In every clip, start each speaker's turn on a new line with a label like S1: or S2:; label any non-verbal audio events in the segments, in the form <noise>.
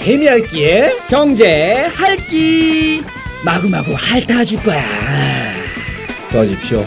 S1: 개미핥기에 경제 할기 마구마구 핥아줄 거야 떠십시오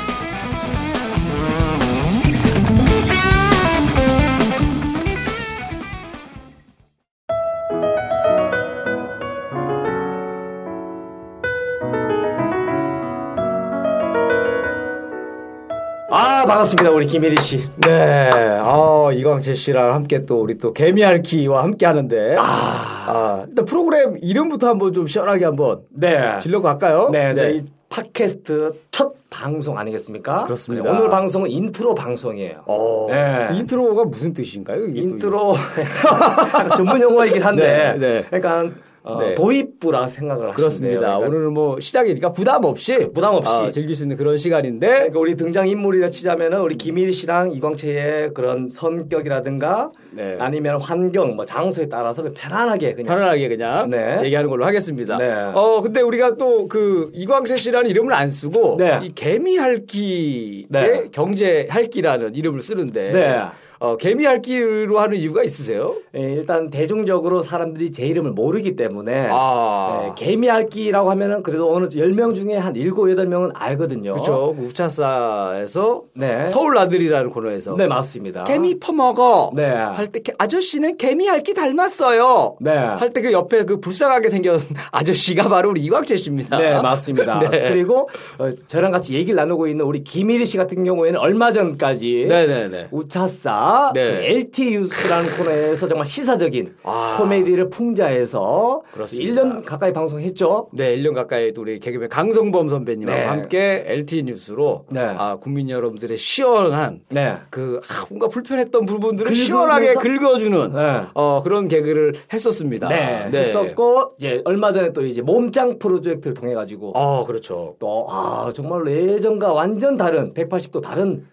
S2: 아 반갑습니다 우리 김혜리 씨.
S3: 네, 아 이광재 씨랑 함께 또 우리 또 개미알키와 함께 하는데
S2: 아,
S3: 아, 일단 프로그램 이름부터 한번 좀 시원하게 한번
S2: 네.
S3: 질러 갈까요?
S2: 네, 저희 팟캐스트 첫 방송 아니겠습니까?
S3: 그렇습니다.
S2: 네, 오늘 방송은 인트로 방송이에요.
S3: 어,
S2: 네.
S3: 인트로가 무슨 뜻인가요? 이게 또
S2: 인트로 약간 <laughs> 전문 용어이긴 한데,
S3: 네, 네.
S2: 그러니까 어,
S3: 네.
S2: 도입부라 생각을 하시면
S3: 그렇습니다.
S2: 돼요. 그러니까
S3: 오늘은 뭐 시작이니까 부담 없이
S2: 부담 없이.
S3: 아, 즐길 수 있는 그런 시간인데
S2: 그러니까 우리 등장 인물이라 치자면은 우리 김일 씨랑 이광채의 그런 성격이라든가
S3: 네.
S2: 아니면 환경, 뭐 장소에 따라서 그냥 편안하게 그냥
S3: 편안하게 그냥
S2: 네.
S3: 얘기하는 걸로 하겠습니다.
S2: 네.
S3: 어 근데 우리가 또 그 이광재 씨라는 이름을 안 쓰고
S2: 네.
S3: 이 개미할기의
S2: 네.
S3: 경제할기라는 이름을 쓰는데
S2: 네.
S3: 어 개미할기로 하는 이유가 있으세요?
S2: 예, 일단 대중적으로 사람들이 제 이름을 모르기 때문에
S3: 아.
S2: 예, 개미알기라고 하면은 그래도 어느 10명 중에 한 7, 8명은 알거든요.
S3: 그렇죠. 그 우차사에서
S2: 네.
S3: 서울 아들이라는 코너에서
S2: 네, 맞습니다.
S3: 개미 퍼먹어
S2: 네.
S3: 할 때 아저씨는 개미할기 닮았어요.
S2: 네.
S3: 할 때 그 옆에 그 불쌍하게 생긴 <laughs> 아저씨가 바로 우리 이광재 씨입니다.
S2: 네, 맞습니다.
S3: <laughs> 네.
S2: 그리고 어, 저랑 같이 얘기를 나누고 있는 우리 김일희 씨 같은 경우에는 얼마 전까지
S3: 네네네.
S2: 우차싸
S3: 네.
S2: 그 LT 뉴스라는 코너에서 정말 시사적인
S3: 아.
S2: 코미디를 풍자해서
S3: 그렇습니다.
S2: 1년 가까이 방송했죠.
S3: 네, 1년 가까이 또 우리 개그맨 강성범 선배님하고
S2: 네.
S3: 함께 LTE 뉴스로
S2: 네.
S3: 아, 국민 여러분들의 시원한
S2: 네.
S3: 그 아, 뭔가 불편했던 부분들을
S2: 긁어내서-
S3: 시원하게 긁어주는
S2: 네.
S3: 어, 그런 개그를 했었습니다.
S2: 네, 했었고 이제 얼마 전에 또 이제 몸짱 프로젝트를 통해 가지고
S3: 어, 그렇죠.
S2: 또, 아, 정말로 예전과 완전 다른, 180도 다른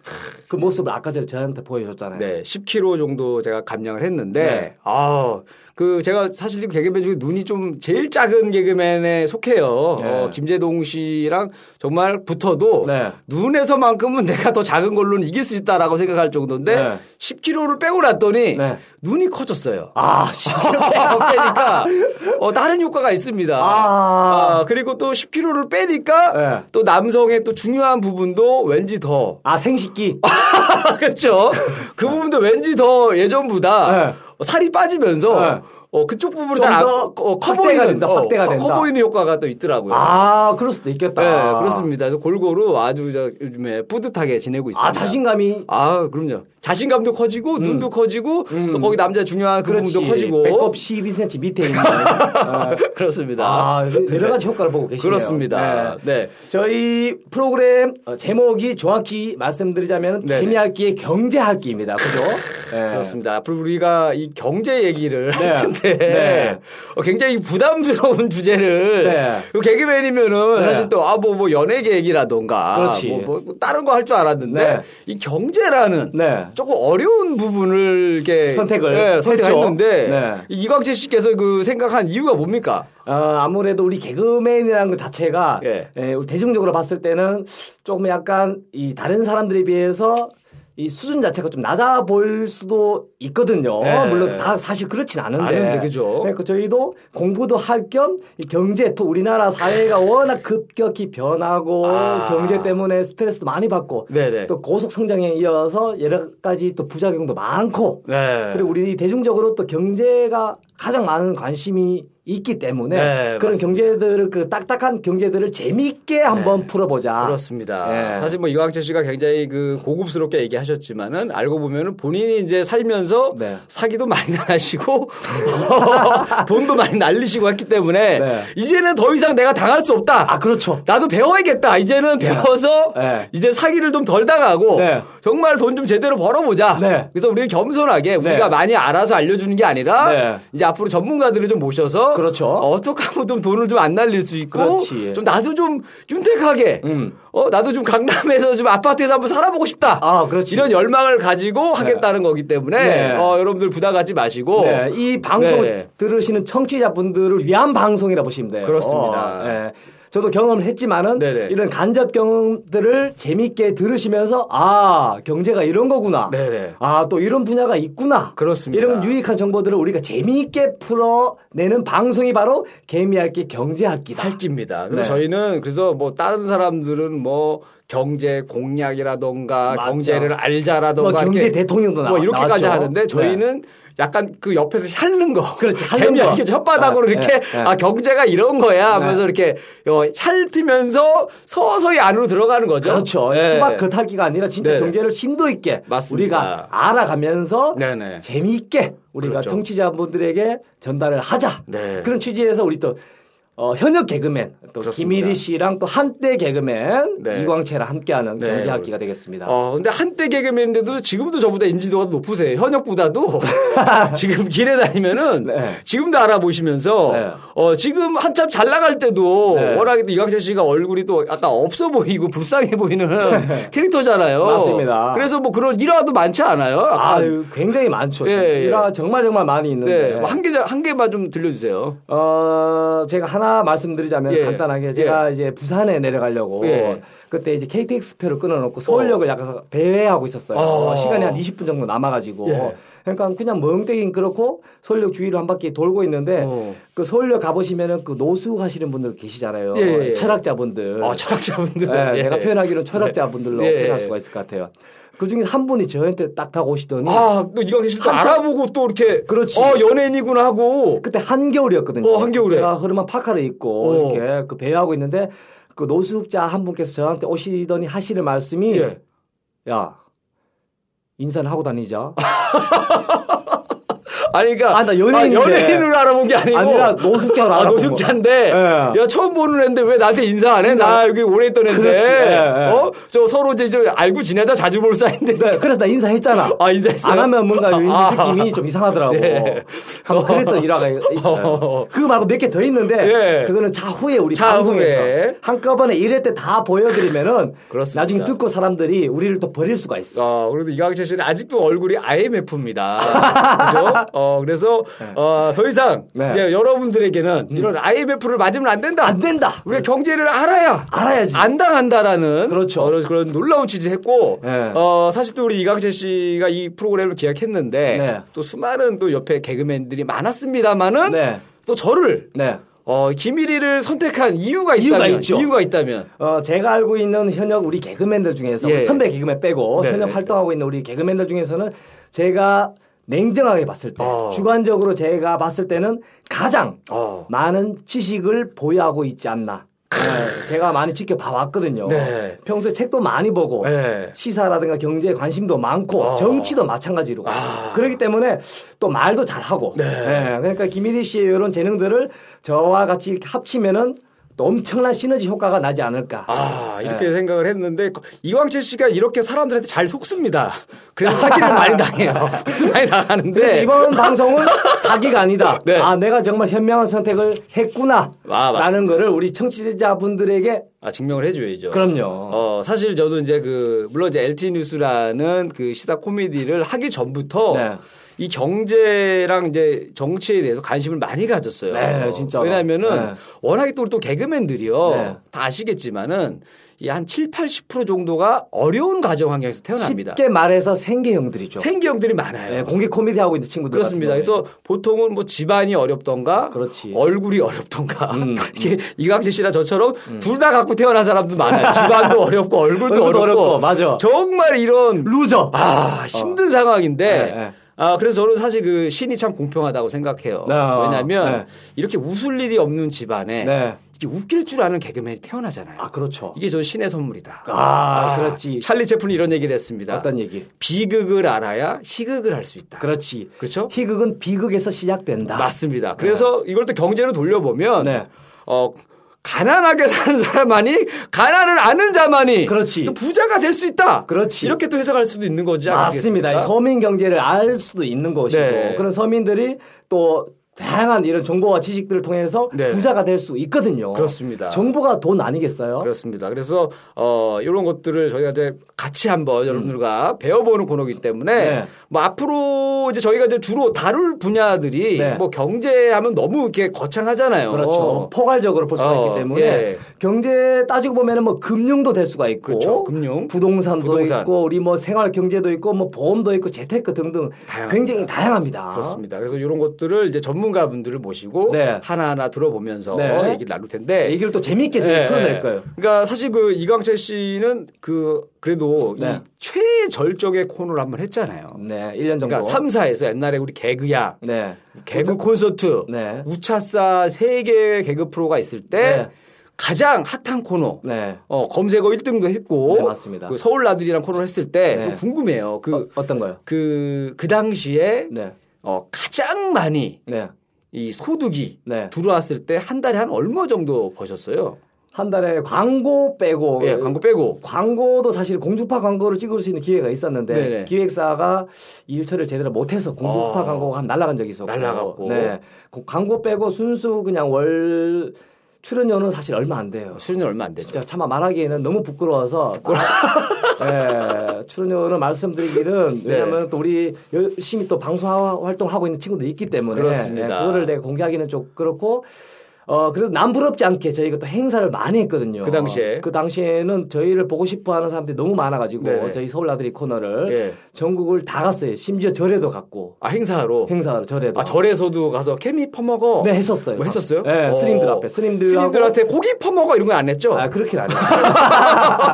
S2: 그 모습을 아까 전에 저한테 보여줬잖아요.
S3: 네, 10kg 정도 제가 감량을 했는데,
S2: 네.
S3: 아, 그 제가 사실 개그맨 중에 눈이 좀 제일 작은 개그맨에 속해요.
S2: 네.
S3: 어, 김재동 씨랑 정말 붙어도
S2: 네.
S3: 눈에서만큼은 내가 더 작은 걸로는 이길 수 있다라고 생각할 정도인데
S2: 네.
S3: 10kg를 빼고 났더니
S2: 네.
S3: 눈이 <laughs> 커졌어요.
S2: 아, 씨.
S3: 빼니까 어, 다른 효과가 있습니다.
S2: 아.
S3: 아, 그리고 또 10kg를 빼니까
S2: 네.
S3: 또 남성의 또 중요한 부분도 왠지 더
S2: 아, 생식기.
S3: <laughs> 그렇죠. 그 부분도 왠지 더 예전보다
S2: 네.
S3: 어, 살이 빠지면서
S2: 네.
S3: 어, 그쪽 부분을
S2: 좀
S3: 잘안
S2: 더
S3: 어, 커
S2: 확대가
S3: 보이는
S2: 된다,
S3: 어,
S2: 확대가
S3: 커- 커
S2: 된다.
S3: 보이는 효과가 또 있더라고요.
S2: 아, 그럴 수도 있겠다.
S3: 네, 그렇습니다. 그래서 골고루 아주 저 요즘에 뿌듯하게 지내고 있습니다.
S2: 아, 자신감이. 음.
S3: 아, 그럼요. 자신감도 커지고 눈도 커지고 또 거기 남자 중요한 그
S2: 그렇지.
S3: 부분도 커지고
S2: 배꼽 12cm 밑에 있는. 아,
S3: 그렇습니다.
S2: 아, 여러 가지 효과를 보고 계시네요.
S3: 그렇습니다. 네.
S2: 저희 프로그램 어, 제목이 정확히 말씀드리자면
S3: 네네.
S2: 개미학기의 경제학기입니다.
S3: <laughs>
S2: 그죠? 네.
S3: 그렇습니다. 앞으로 우리가 이 경제 얘기를
S2: 네.
S3: 할 텐데
S2: 네.
S3: <laughs> 어, 굉장히 부담스러운 주제를
S2: 네.
S3: 그 개그맨이면은
S2: 네.
S3: 사실 또 아 뭐 뭐 연예 계획이라던가
S2: 그렇지.
S3: 뭐, 뭐 다른 거 할 줄 알았는데
S2: 네.
S3: 이 경제라는
S2: 네.
S3: 조금 어려운 부분을 이렇게
S2: 선택을
S3: 네, 선택했는데
S2: 했죠. 네.
S3: 이 이광재 씨께서 그 생각한 이유가 뭡니까?
S2: 어, 아무래도 우리 개그맨이라는 것 자체가
S3: 예.
S2: 예, 우리 대중적으로 봤을 때는 조금 약간 이 다른 사람들에 비해서 이 수준 자체가 좀 낮아 보일 수도 있거든요.
S3: 예.
S2: 물론 다 사실 그렇진 않은데.
S3: 아는데, 그죠?
S2: 그러니까 저희도 공부도 할 겸 경제 또 우리나라
S3: <laughs>
S2: 사회가 워낙 급격히 변하고
S3: 아.
S2: 경제 때문에 스트레스도 많이 받고
S3: 네네.
S2: 또 고속 성장에 이어서 여러 가지 또 부작용도 많고
S3: 네.
S2: 그리고 우리 대중적으로 또 경제가 가장 많은 관심이 있기 때문에
S3: 네,
S2: 그런
S3: 맞습니다.
S2: 경제들을 그 딱딱한 경제들을 재미있게 한번 풀어보자.
S3: 네. 그렇습니다.
S2: 예.
S3: 사실 뭐 이광재 씨가 굉장히 그 고급스럽게 얘기하셨지만은 알고 보면은 본인이 이제 살면서
S2: 네.
S3: 사기도 많이 당하시고 <laughs> 돈도 많이 날리시고 했기 때문에
S2: 네.
S3: 이제는 더 이상 내가 당할 수 없다.
S2: 아 그렇죠.
S3: 나도 배워야겠다. 이제는 배워서
S2: 네.
S3: 이제 사기를 좀 덜 당하고
S2: 네.
S3: 정말 돈 좀 제대로 벌어보자.
S2: 네.
S3: 그래서 우리는 겸손하게 우리가
S2: 네.
S3: 많이 알아서 알려주는 게 아니라
S2: 네.
S3: 이제 앞으로 전문가들을 좀 모셔서
S2: 그렇죠.
S3: 어떻게 하면 좀 돈을 좀 안 날릴 수 있고
S2: 그렇지.
S3: 좀 나도 좀 윤택하게
S2: 음.
S3: 어 나도 좀 강남에서 좀 아파트에서 한번 살아보고 싶다.
S2: 아, 그렇지.
S3: 이런 열망을 가지고 하겠다는 거기 때문에
S2: 네.
S3: 어, 여러분들 부담 갖지 마시고
S2: 네, 이 방송을
S3: 네.
S2: 들으시는 청취자분들을 위한 방송이라 보시면 돼요.
S3: 그렇습니다.
S2: 예. 저도 경험을 했지만은
S3: 네네.
S2: 이런 간접 경험들을 재밌게 들으시면서 아 경제가 이런 거구나.
S3: 네네.
S2: 아 또 이런 분야가 있구나.
S3: 그렇습니다.
S2: 이런 유익한 정보들을 우리가 재미있게 풀어내는 방송이 바로 개미할기 경제학기다.
S3: 할깁니다. 그래서
S2: 네.
S3: 저희는 그래서 뭐 다른 사람들은 뭐 경제 공약이라던가
S2: 맞죠.
S3: 경제를
S2: 뭐
S3: 알자라던가
S2: 경제
S3: 이렇게
S2: 대통령도 나와
S3: 뭐 이렇게까지
S2: 나왔죠. 네.
S3: 하는데 저희는 약간 그 옆에서 핥는 거.
S2: 그렇지, 그렇죠. 핥는
S3: 개미
S2: 거.
S3: 이렇게 혓바닥으로
S2: 아,
S3: 이렇게
S2: 네, 네.
S3: 아 경제가 이런 거야 하면서
S2: 네.
S3: 이렇게 어, 핥으면서 서서히 안으로 들어가는 거죠.
S2: 그렇죠.
S3: 예.
S2: 수박 겉핥기가 아니라 진짜
S3: 네네.
S2: 경제를 심도 있게
S3: 맞습니다.
S2: 우리가 알아가면서
S3: 네네.
S2: 재미있게 우리가
S3: 그렇죠.
S2: 정치자분들에게 전달을 하자.
S3: 네.
S2: 그런 취지에서 우리 또 어, 현역 개그맨 또
S3: 그렇습니다.
S2: 김일희 씨랑 또 한때 개그맨
S3: 네.
S2: 이광채랑 함께하는
S3: 네.
S2: 경제학기가 되겠습니다.
S3: 어, 근데 한때 개그맨인데도 지금도 저보다 인지도가 높으세요. 현역보다도 <laughs> 지금 길에 다니면은
S2: 네.
S3: 지금도 알아보시면서
S2: 네.
S3: 어, 지금 한참 잘 나갈 때도
S2: 네.
S3: 워낙에 또 이광철 씨가 얼굴이 또 약간 없어 보이고 불쌍해 보이는 캐릭터잖아요.
S2: 네. 맞습니다.
S3: 그래서 뭐 그런 일화도 많지 않아요. 약간.
S2: 아유, 굉장히 많죠.
S3: 예, 예.
S2: 일화 정말 정말 많이 있는데.
S3: 네. 뭐한 개, 한 개만 좀 들려주세요.
S2: 어, 제가 하나 말씀드리자면
S3: 예.
S2: 간단하게 제가 이제 부산에 내려가려고
S3: 예.
S2: 그때 이제 KTX 표를 끊어놓고 서울역을 약간 배회하고 있었어요.
S3: 어.
S2: 시간이 한 20분 정도 남아가지고.
S3: 예.
S2: 그러니까 그냥 멍때긴 그렇고 서울역 주위로 한 바퀴 돌고 있는데
S3: 어.
S2: 그 서울역 가보시면은 그 노숙 하시는 분들 계시잖아요.
S3: 예, 예.
S2: 철학자분들.
S3: 아, 철학자분들.
S2: 예,
S3: 예.
S2: 네. 제가 표현하기로는 철학자분들로
S3: 예, 예.
S2: 표현할 수가 있을 것 같아요. 그 중에 한 분이 저한테 딱 타고 오시더니
S3: 아, 또 이광철 씨도
S2: 한참-
S3: 알아보고 또 이렇게.
S2: 그렇지.
S3: 어, 연예인이구나 하고.
S2: 그때 한겨울이었거든요.
S3: 어, 한겨울에.
S2: 제가 흐름한 파카를 입고
S3: 어.
S2: 이렇게 그 배회하고 있는데 그 노숙자 한 분께서 저한테 오시더니 하시는 말씀이
S3: 예.
S2: 야 인사는 하고 다니자.
S3: 아, 아니, 그러니까.
S2: 아, 나 연예인인데.
S3: 아, 연예인으로 알아본 게 아니고.
S2: 아니라 노숙자로
S3: 아,
S2: 알아본 거야.
S3: 노숙자인데.
S2: 예.
S3: 야, 처음 보는 애인데 왜 나한테 인사 안 해? 나 여기 오래 있던 애인데.
S2: 그렇지. 예, 예.
S3: 어? 저 서로 이제 저 알고 지내다 자주 볼 사이인데. <laughs>
S2: 네, 그래서 나 인사했잖아.
S3: 아, 인사했어요?
S2: 안 하면 뭔가 이
S3: 아.
S2: 느낌이 좀 이상하더라고.
S3: 네.
S2: 한번 그랬던 일화가
S3: 어.
S2: 있어요. 그거 말고 몇 개 더 있는데
S3: 예.
S2: 그거는 차후에 우리
S3: 차후에.
S2: 방송에서 한꺼번에 이럴 때 다 보여드리면은
S3: 그렇습니다.
S2: 나중에 듣고 사람들이 우리를 또 버릴 수가 있어.
S3: 어, 그래도 이광철 씨는 아직도 얼굴이
S2: <laughs>
S3: IMF입니다. 그죠? 어, 그래서, 어, 더 이상,
S2: 네. 음.
S3: 이제 여러분들에게는 이런 IMF를 맞으면 안 된다.
S2: 안 된다.
S3: 우리가 경제를 알아야.
S2: 알아야지.
S3: 안 당한다라는.
S2: 그렇죠.
S3: 어, 그런 놀라운 취지 했고,
S2: 네.
S3: 어, 사실 또 우리 이광철 씨가 이 프로그램을 기획했는데,
S2: 네.
S3: 또 수많은 또 옆에 개그맨들이 많았습니다만은,
S2: 네.
S3: 또 저를,
S2: 네.
S3: 어, 김일이를 선택한 이유가
S2: 이유가
S3: 있다면,
S2: 있죠.
S3: 이유가 있다면,
S2: 어, 제가 알고 있는 현역 우리 개그맨들 중에서
S3: 예.
S2: 선배 개그맨 빼고
S3: 네, 네.
S2: 현역 활동하고 있는 우리 개그맨들 중에서는 제가 냉정하게 봤을 때
S3: 어.
S2: 주관적으로 제가 봤을 때는 가장
S3: 어.
S2: 많은 지식을 보유하고 있지 않나. 네, 제가 많이 지켜봐 왔거든요.
S3: 아. 네.
S2: 평소에 책도 많이 보고
S3: 네.
S2: 시사라든가 경제에 관심도 많고
S3: 어.
S2: 정치도 마찬가지로
S3: 아.
S2: 그렇기 때문에 또 말도 잘하고 네, 그러니까 김일희 씨의 이런 재능들을 저와 같이 합치면은 또 엄청난 시너지 효과가 나지 않을까.
S3: 아, 이렇게
S2: 네.
S3: 생각을 했는데 이광철 씨가 이렇게 사람들한테 잘 속습니다. 그래서 사기를 많이
S2: <laughs>
S3: 당해요. 그래서 많이
S2: 그래서
S3: 당하는데
S2: 이번
S3: <laughs>
S2: 방송은 사기가 아니다.
S3: 네.
S2: 아, 내가 정말 현명한 선택을 했구나.
S3: 아, 맞습니다.
S2: 라는 거를 우리 청취자분들에게
S3: 아, 증명을 해줘야죠.
S2: 그렇죠. 그럼요.
S3: 어, 사실 저도 이제 그 물론 이제 LT 뉴스라는 그 시사 코미디를 하기 전부터
S2: 네.
S3: 이 경제랑 이제 정치에 대해서 관심을 많이 가졌어요.
S2: 네, 진짜로.
S3: 왜냐하면은
S2: 네.
S3: 워낙에 또 우리 또 개그맨들이요.
S2: 네.
S3: 다 아시겠지만은 이 한 7, 80% 정도가 어려운 가정 환경에서 태어납니다.
S2: 쉽게 말해서 생계형들이죠.
S3: 생계형들이 많아요.
S2: 네, 공개 코미디 하고 있는 친구들.
S3: 그렇습니다.
S2: 같은 경우에.
S3: 그래서 보통은 뭐 집안이 어렵던가,
S2: 그렇지. 음,
S3: 얼굴이 어렵던가, <laughs> 이게 이광재 씨나 저처럼 둘 다 갖고 태어난 사람도
S2: <laughs>
S3: 많아요. 집안도 어렵고 얼굴도
S2: 얼굴도
S3: 어렵고,
S2: 어렵고, 맞아.
S3: 정말 이런
S2: 루저.
S3: 아 힘든 상황인데.
S2: 어. 네, 네.
S3: 아 그래서 저는 사실 그 신이 참 공평하다고 생각해요.
S2: 네, 어,
S3: 왜냐하면
S2: 네.
S3: 이렇게 웃을 일이 없는 집안에
S2: 네.
S3: 이렇게 웃길 줄 아는 개그맨이 태어나잖아요.
S2: 아, 그렇죠.
S3: 이게 저 신의 선물이다.
S2: 아, 그렇지.
S3: 찰리 채플이 이런 얘기를 했습니다.
S2: 어떤 얘기?
S3: 비극을 알아야 희극을 할 수 있다.
S2: 그렇지.
S3: 그렇죠?
S2: 희극은 비극에서 시작된다.
S3: 맞습니다. 아. 그래서 이걸 또 경제로 돌려보면
S2: 네.
S3: 어 가난하게 <laughs> 사는 사람만이 가난을 아는 자만이
S2: 그렇지.
S3: 또 부자가 될 수 있다.
S2: 그렇지.
S3: 이렇게 또 해석할 수도 있는 거지 않겠습니까?
S2: 맞습니다. 이 서민 경제를 알 수도 있는 것이고
S3: 네.
S2: 그런 서민들이 또 다양한 이런 정보와 지식들을 통해서
S3: 네.
S2: 부자가 될 수 있거든요.
S3: 그렇습니다.
S2: 정보가 돈 아니겠어요?
S3: 그렇습니다. 그래서 어 이런 것들을 저희가 이제 같이 한번 여러분들과 배워보는 코너이기 때문에
S2: 음. 네.
S3: 뭐 앞으로 이제 저희가 이제 주로 다룰 분야들이
S2: 네.
S3: 뭐 경제하면 너무 이렇게 거창하잖아요.
S2: 그렇죠. 포괄적으로 볼 수가
S3: 어,
S2: 있기 때문에
S3: 예.
S2: 경제 따지고 보면은 뭐 금융도 될 수가 있고
S3: 그렇죠. 금융.
S2: 부동산도
S3: 부동산.
S2: 있고 우리 뭐 생활 경제도 있고 뭐 보험도 있고 재테크 등등
S3: 다양합니다.
S2: 굉장히 다양합니다.
S3: 그렇습니다. 그래서 이런 것들을 이제 전문가분들을 모시고
S2: 아. 네.
S3: 하나하나 들어보면서
S2: 네.
S3: 얘기를 나눌 텐데
S2: 얘기를 또 재미있게 좀
S3: 예,
S2: 풀어낼
S3: 예.
S2: 거예요.
S3: 그러니까 사실 그 이광철 씨는 그 그래도
S2: 네.
S3: 이 최절정의 코너를 한번 했잖아요.
S2: 네, 1년 정도.
S3: 그러니까 삼사에서 옛날에 우리 개그야
S2: 네.
S3: 개그 콘서트
S2: 네.
S3: 우차싸 세개 개그 프로가 있을 때
S2: 네.
S3: 가장 핫한 코너
S2: 네.
S3: 어, 검색어 1등도 했고
S2: 네, 맞습니다.
S3: 그 서울 나들이랑 코너를 했을 때
S2: 네.
S3: 좀 궁금해요. 그
S2: 어, 어떤 거요?
S3: 그, 그 당시에
S2: 네.
S3: 어, 가장 많이
S2: 네.
S3: 이 소득이
S2: 네.
S3: 들어왔을 때 한 달에 한 얼마 정도 버셨어요?
S2: 한 달에 광고 빼고
S3: 예, 광고 빼고.
S2: 광고도 사실 공중파 광고를 찍을 수 있는 기회가 있었는데
S3: 네네.
S2: 기획사가 일처리를 제대로 못해서 공중파
S3: 어.
S2: 광고가 한 날라간 적이 있었고
S3: 날라갔고.
S2: 네. 고- 광고 빼고 순수 그냥 월 출연료는 사실 얼마 안 돼요.
S3: 어, 수준이 얼마 안 되죠.
S2: 진짜 차마 말하기에는 너무 부끄러워서 네, 출연료는 말씀드리기는
S3: 네.
S2: 왜냐하면 또 우리 열심히 또 방송 활동을 하고 있는 친구들이 있기 때문에
S3: 그렇습니다.
S2: 네, 그거를 내가 공개하기는 좀 그렇고 어 그래서 남부럽지 않게 저희가 또 행사를 많이 했거든요.
S3: 그 당시에?
S2: 그 당시에는 저희를 보고 싶어하는 사람들이 너무 많아가지고
S3: 네네.
S2: 저희 서울 나들이 코너를
S3: 예.
S2: 전국을 다 갔어요. 심지어 절에도 갔고
S3: 아, 행사로.
S2: 행사를 절에도.
S3: 아, 절에서도 가서 케미 퍼먹어.
S2: 네 했었어요.
S3: 뭐 했었어요?
S2: 네
S3: 어.
S2: 스님들 앞에 스님들
S3: 스님들한테 고기 퍼먹어 이런 건 안 했죠?
S2: 아 그렇게 안 해요.
S3: <laughs>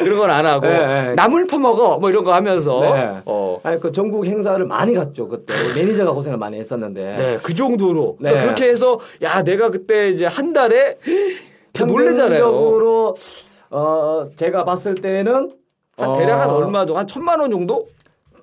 S3: 이런 건 안 하고
S2: 예, 예.
S3: 나물 퍼먹어 뭐 이런 거 하면서
S2: 네.
S3: 어.
S2: 아니 그 전국 행사를 많이 갔죠 그때 우리 매니저가 고생을 많이 했었는데
S3: 네, 그 정도로
S2: 네.
S3: 그러니까 그렇게 해서 야 내가 그때 이제 한 달에 그 놀래잖아요.
S2: 평균적으로 어 제가 봤을 때는
S3: 한 대략 한
S2: 어,
S3: 얼마 정도 한 천만 원 정도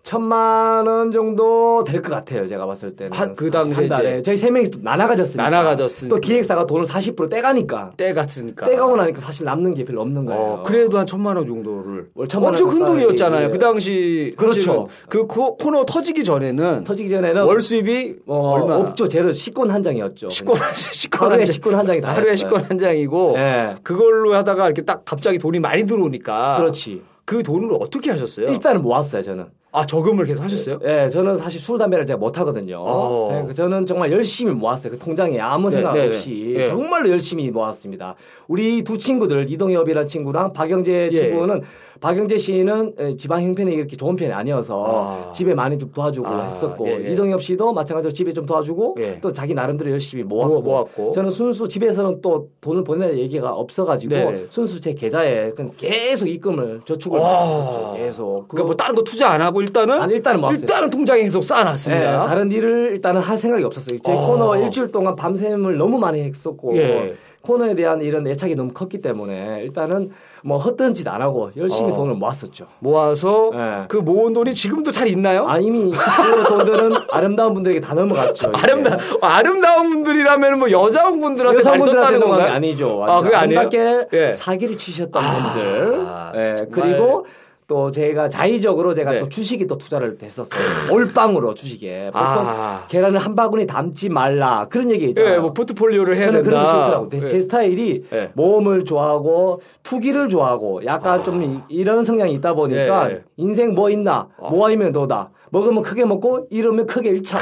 S2: 천만 원 정도 될 것 같아요 제가 봤을 때는
S3: 한- 그 당시에
S2: 한 달에 예,
S3: 이제.
S2: 저희 세 명이 또 나눠 가졌으니까
S3: 나눠 가졌으니까.
S2: 또 기획사가 돈을 40% 떼가니까
S3: 때 같으니까.
S2: 떼가고 나니까 사실 남는 게 별로 없는 거예요
S3: 어, 그래도 한 천만 원 정도를
S2: 월 천만
S3: 엄청
S2: 원
S3: 큰 돈이었잖아요.
S2: 쌓아야
S3: 그 당시
S2: 그렇죠.
S3: 사실은 그 코, 코너 터지기 전에는
S2: 터지기 전에는
S3: 월 수입이
S2: 어,
S3: 얼마
S2: 업조 제로 식권 한 장이었죠
S3: 식권 식권
S2: 하루에
S3: 한
S2: 식권 한 장이 다 네.
S3: 하루에
S2: 됐어요.
S3: 식권 한 장이고
S2: 예.
S3: 그걸로 하다가 이렇게 딱 갑자기 돈이 많이 들어오니까
S2: 그렇지
S3: 그 돈을 어떻게 하셨어요?
S2: 일단은 모았어요 저는
S3: 아 저금을 계속 하셨어요?
S2: 예, 저는 사실 술 담배를 제가 못 하거든요.
S3: 어.
S2: 예, 그 저는 정말 열심히 모았어요. 그 통장에 아무
S3: 네,
S2: 생각
S3: 네, 네.
S2: 없이
S3: 예.
S2: 정말로 열심히 모았습니다. 우리 두 친구들 이동엽이라는 친구랑 박영재
S3: 예.
S2: 친구는 박영재 씨는 예, 지방 형편이 이렇게 좋은 편이 아니어서
S3: 아.
S2: 집에 많이 좀 도와주고
S3: 아,
S2: 했었고
S3: 예, 예.
S2: 이동엽 씨도 마찬가지로 집에 좀 도와주고
S3: 예.
S2: 또 자기 나름대로 열심히
S3: 모아-
S2: 모았고,
S3: 모았고.
S2: 저는 순수 집에서는 또 돈을 보내는 얘기가 없어가지고
S3: 네, 네.
S2: 순수 제 계좌에 그냥 계속 입금을 저축을
S3: 와.
S2: 했었죠. 계속
S3: 그러니까 뭐 다른 거 투자 안 하고 일단은
S2: 아니, 일단은 모았어요.
S3: 일단은 통장에 계속
S2: 예,
S3: 쌓아놨습니다.
S2: 다른 일을 일단은 할 생각이 없었어요. 제
S3: 아.
S2: 코너 일주일 동안 밤샘을 너무 많이 했었고
S3: 예.
S2: 코너에 대한 이런 애착이 너무 컸기 때문에 일단은 뭐 헛된 짓 안 하고 열심히
S3: 어.
S2: 돈을 모았었죠.
S3: 모아서
S2: 예.
S3: 그 모은 돈이 지금도 잘 있나요?
S2: 아 이미 그
S3: <laughs>
S2: 돈들은 아름다운 분들에게 다 넘어갔죠. 이제.
S3: 아름다 아름다운 분들이라면 뭐 여자분들한테 잘 썼다는
S2: 네. 여성분들한테 넘어간 게
S3: 건가요?
S2: 아니죠.
S3: 아, 그게 아니에요?
S2: 아름답게
S3: 예.
S2: 사기를 치셨던
S3: 아,
S2: 분들.
S3: 아,
S2: 예,
S3: 정말.
S2: 그리고 또 제가 자의적으로 제가
S3: 네.
S2: 또 주식에 또 투자를 했었어요. 올빵으로 주식에. 보통
S3: 아.
S2: 계란을 한 바구니 담지 말라 그런 얘기 있잖아요.
S3: 예, 뭐 포트폴리오를 해야
S2: 저는
S3: 된다.
S2: 그런 거 싫더라고. 네,
S3: 예.
S2: 제 스타일이
S3: 예.
S2: 모험을 좋아하고 투기를 좋아하고 약간 좀 이- 이런 성향이 있다 보니까
S3: 예, 예.
S2: 인생 뭐 있나 모아이면 도다 먹으면 크게 먹고 이러면 크게 일차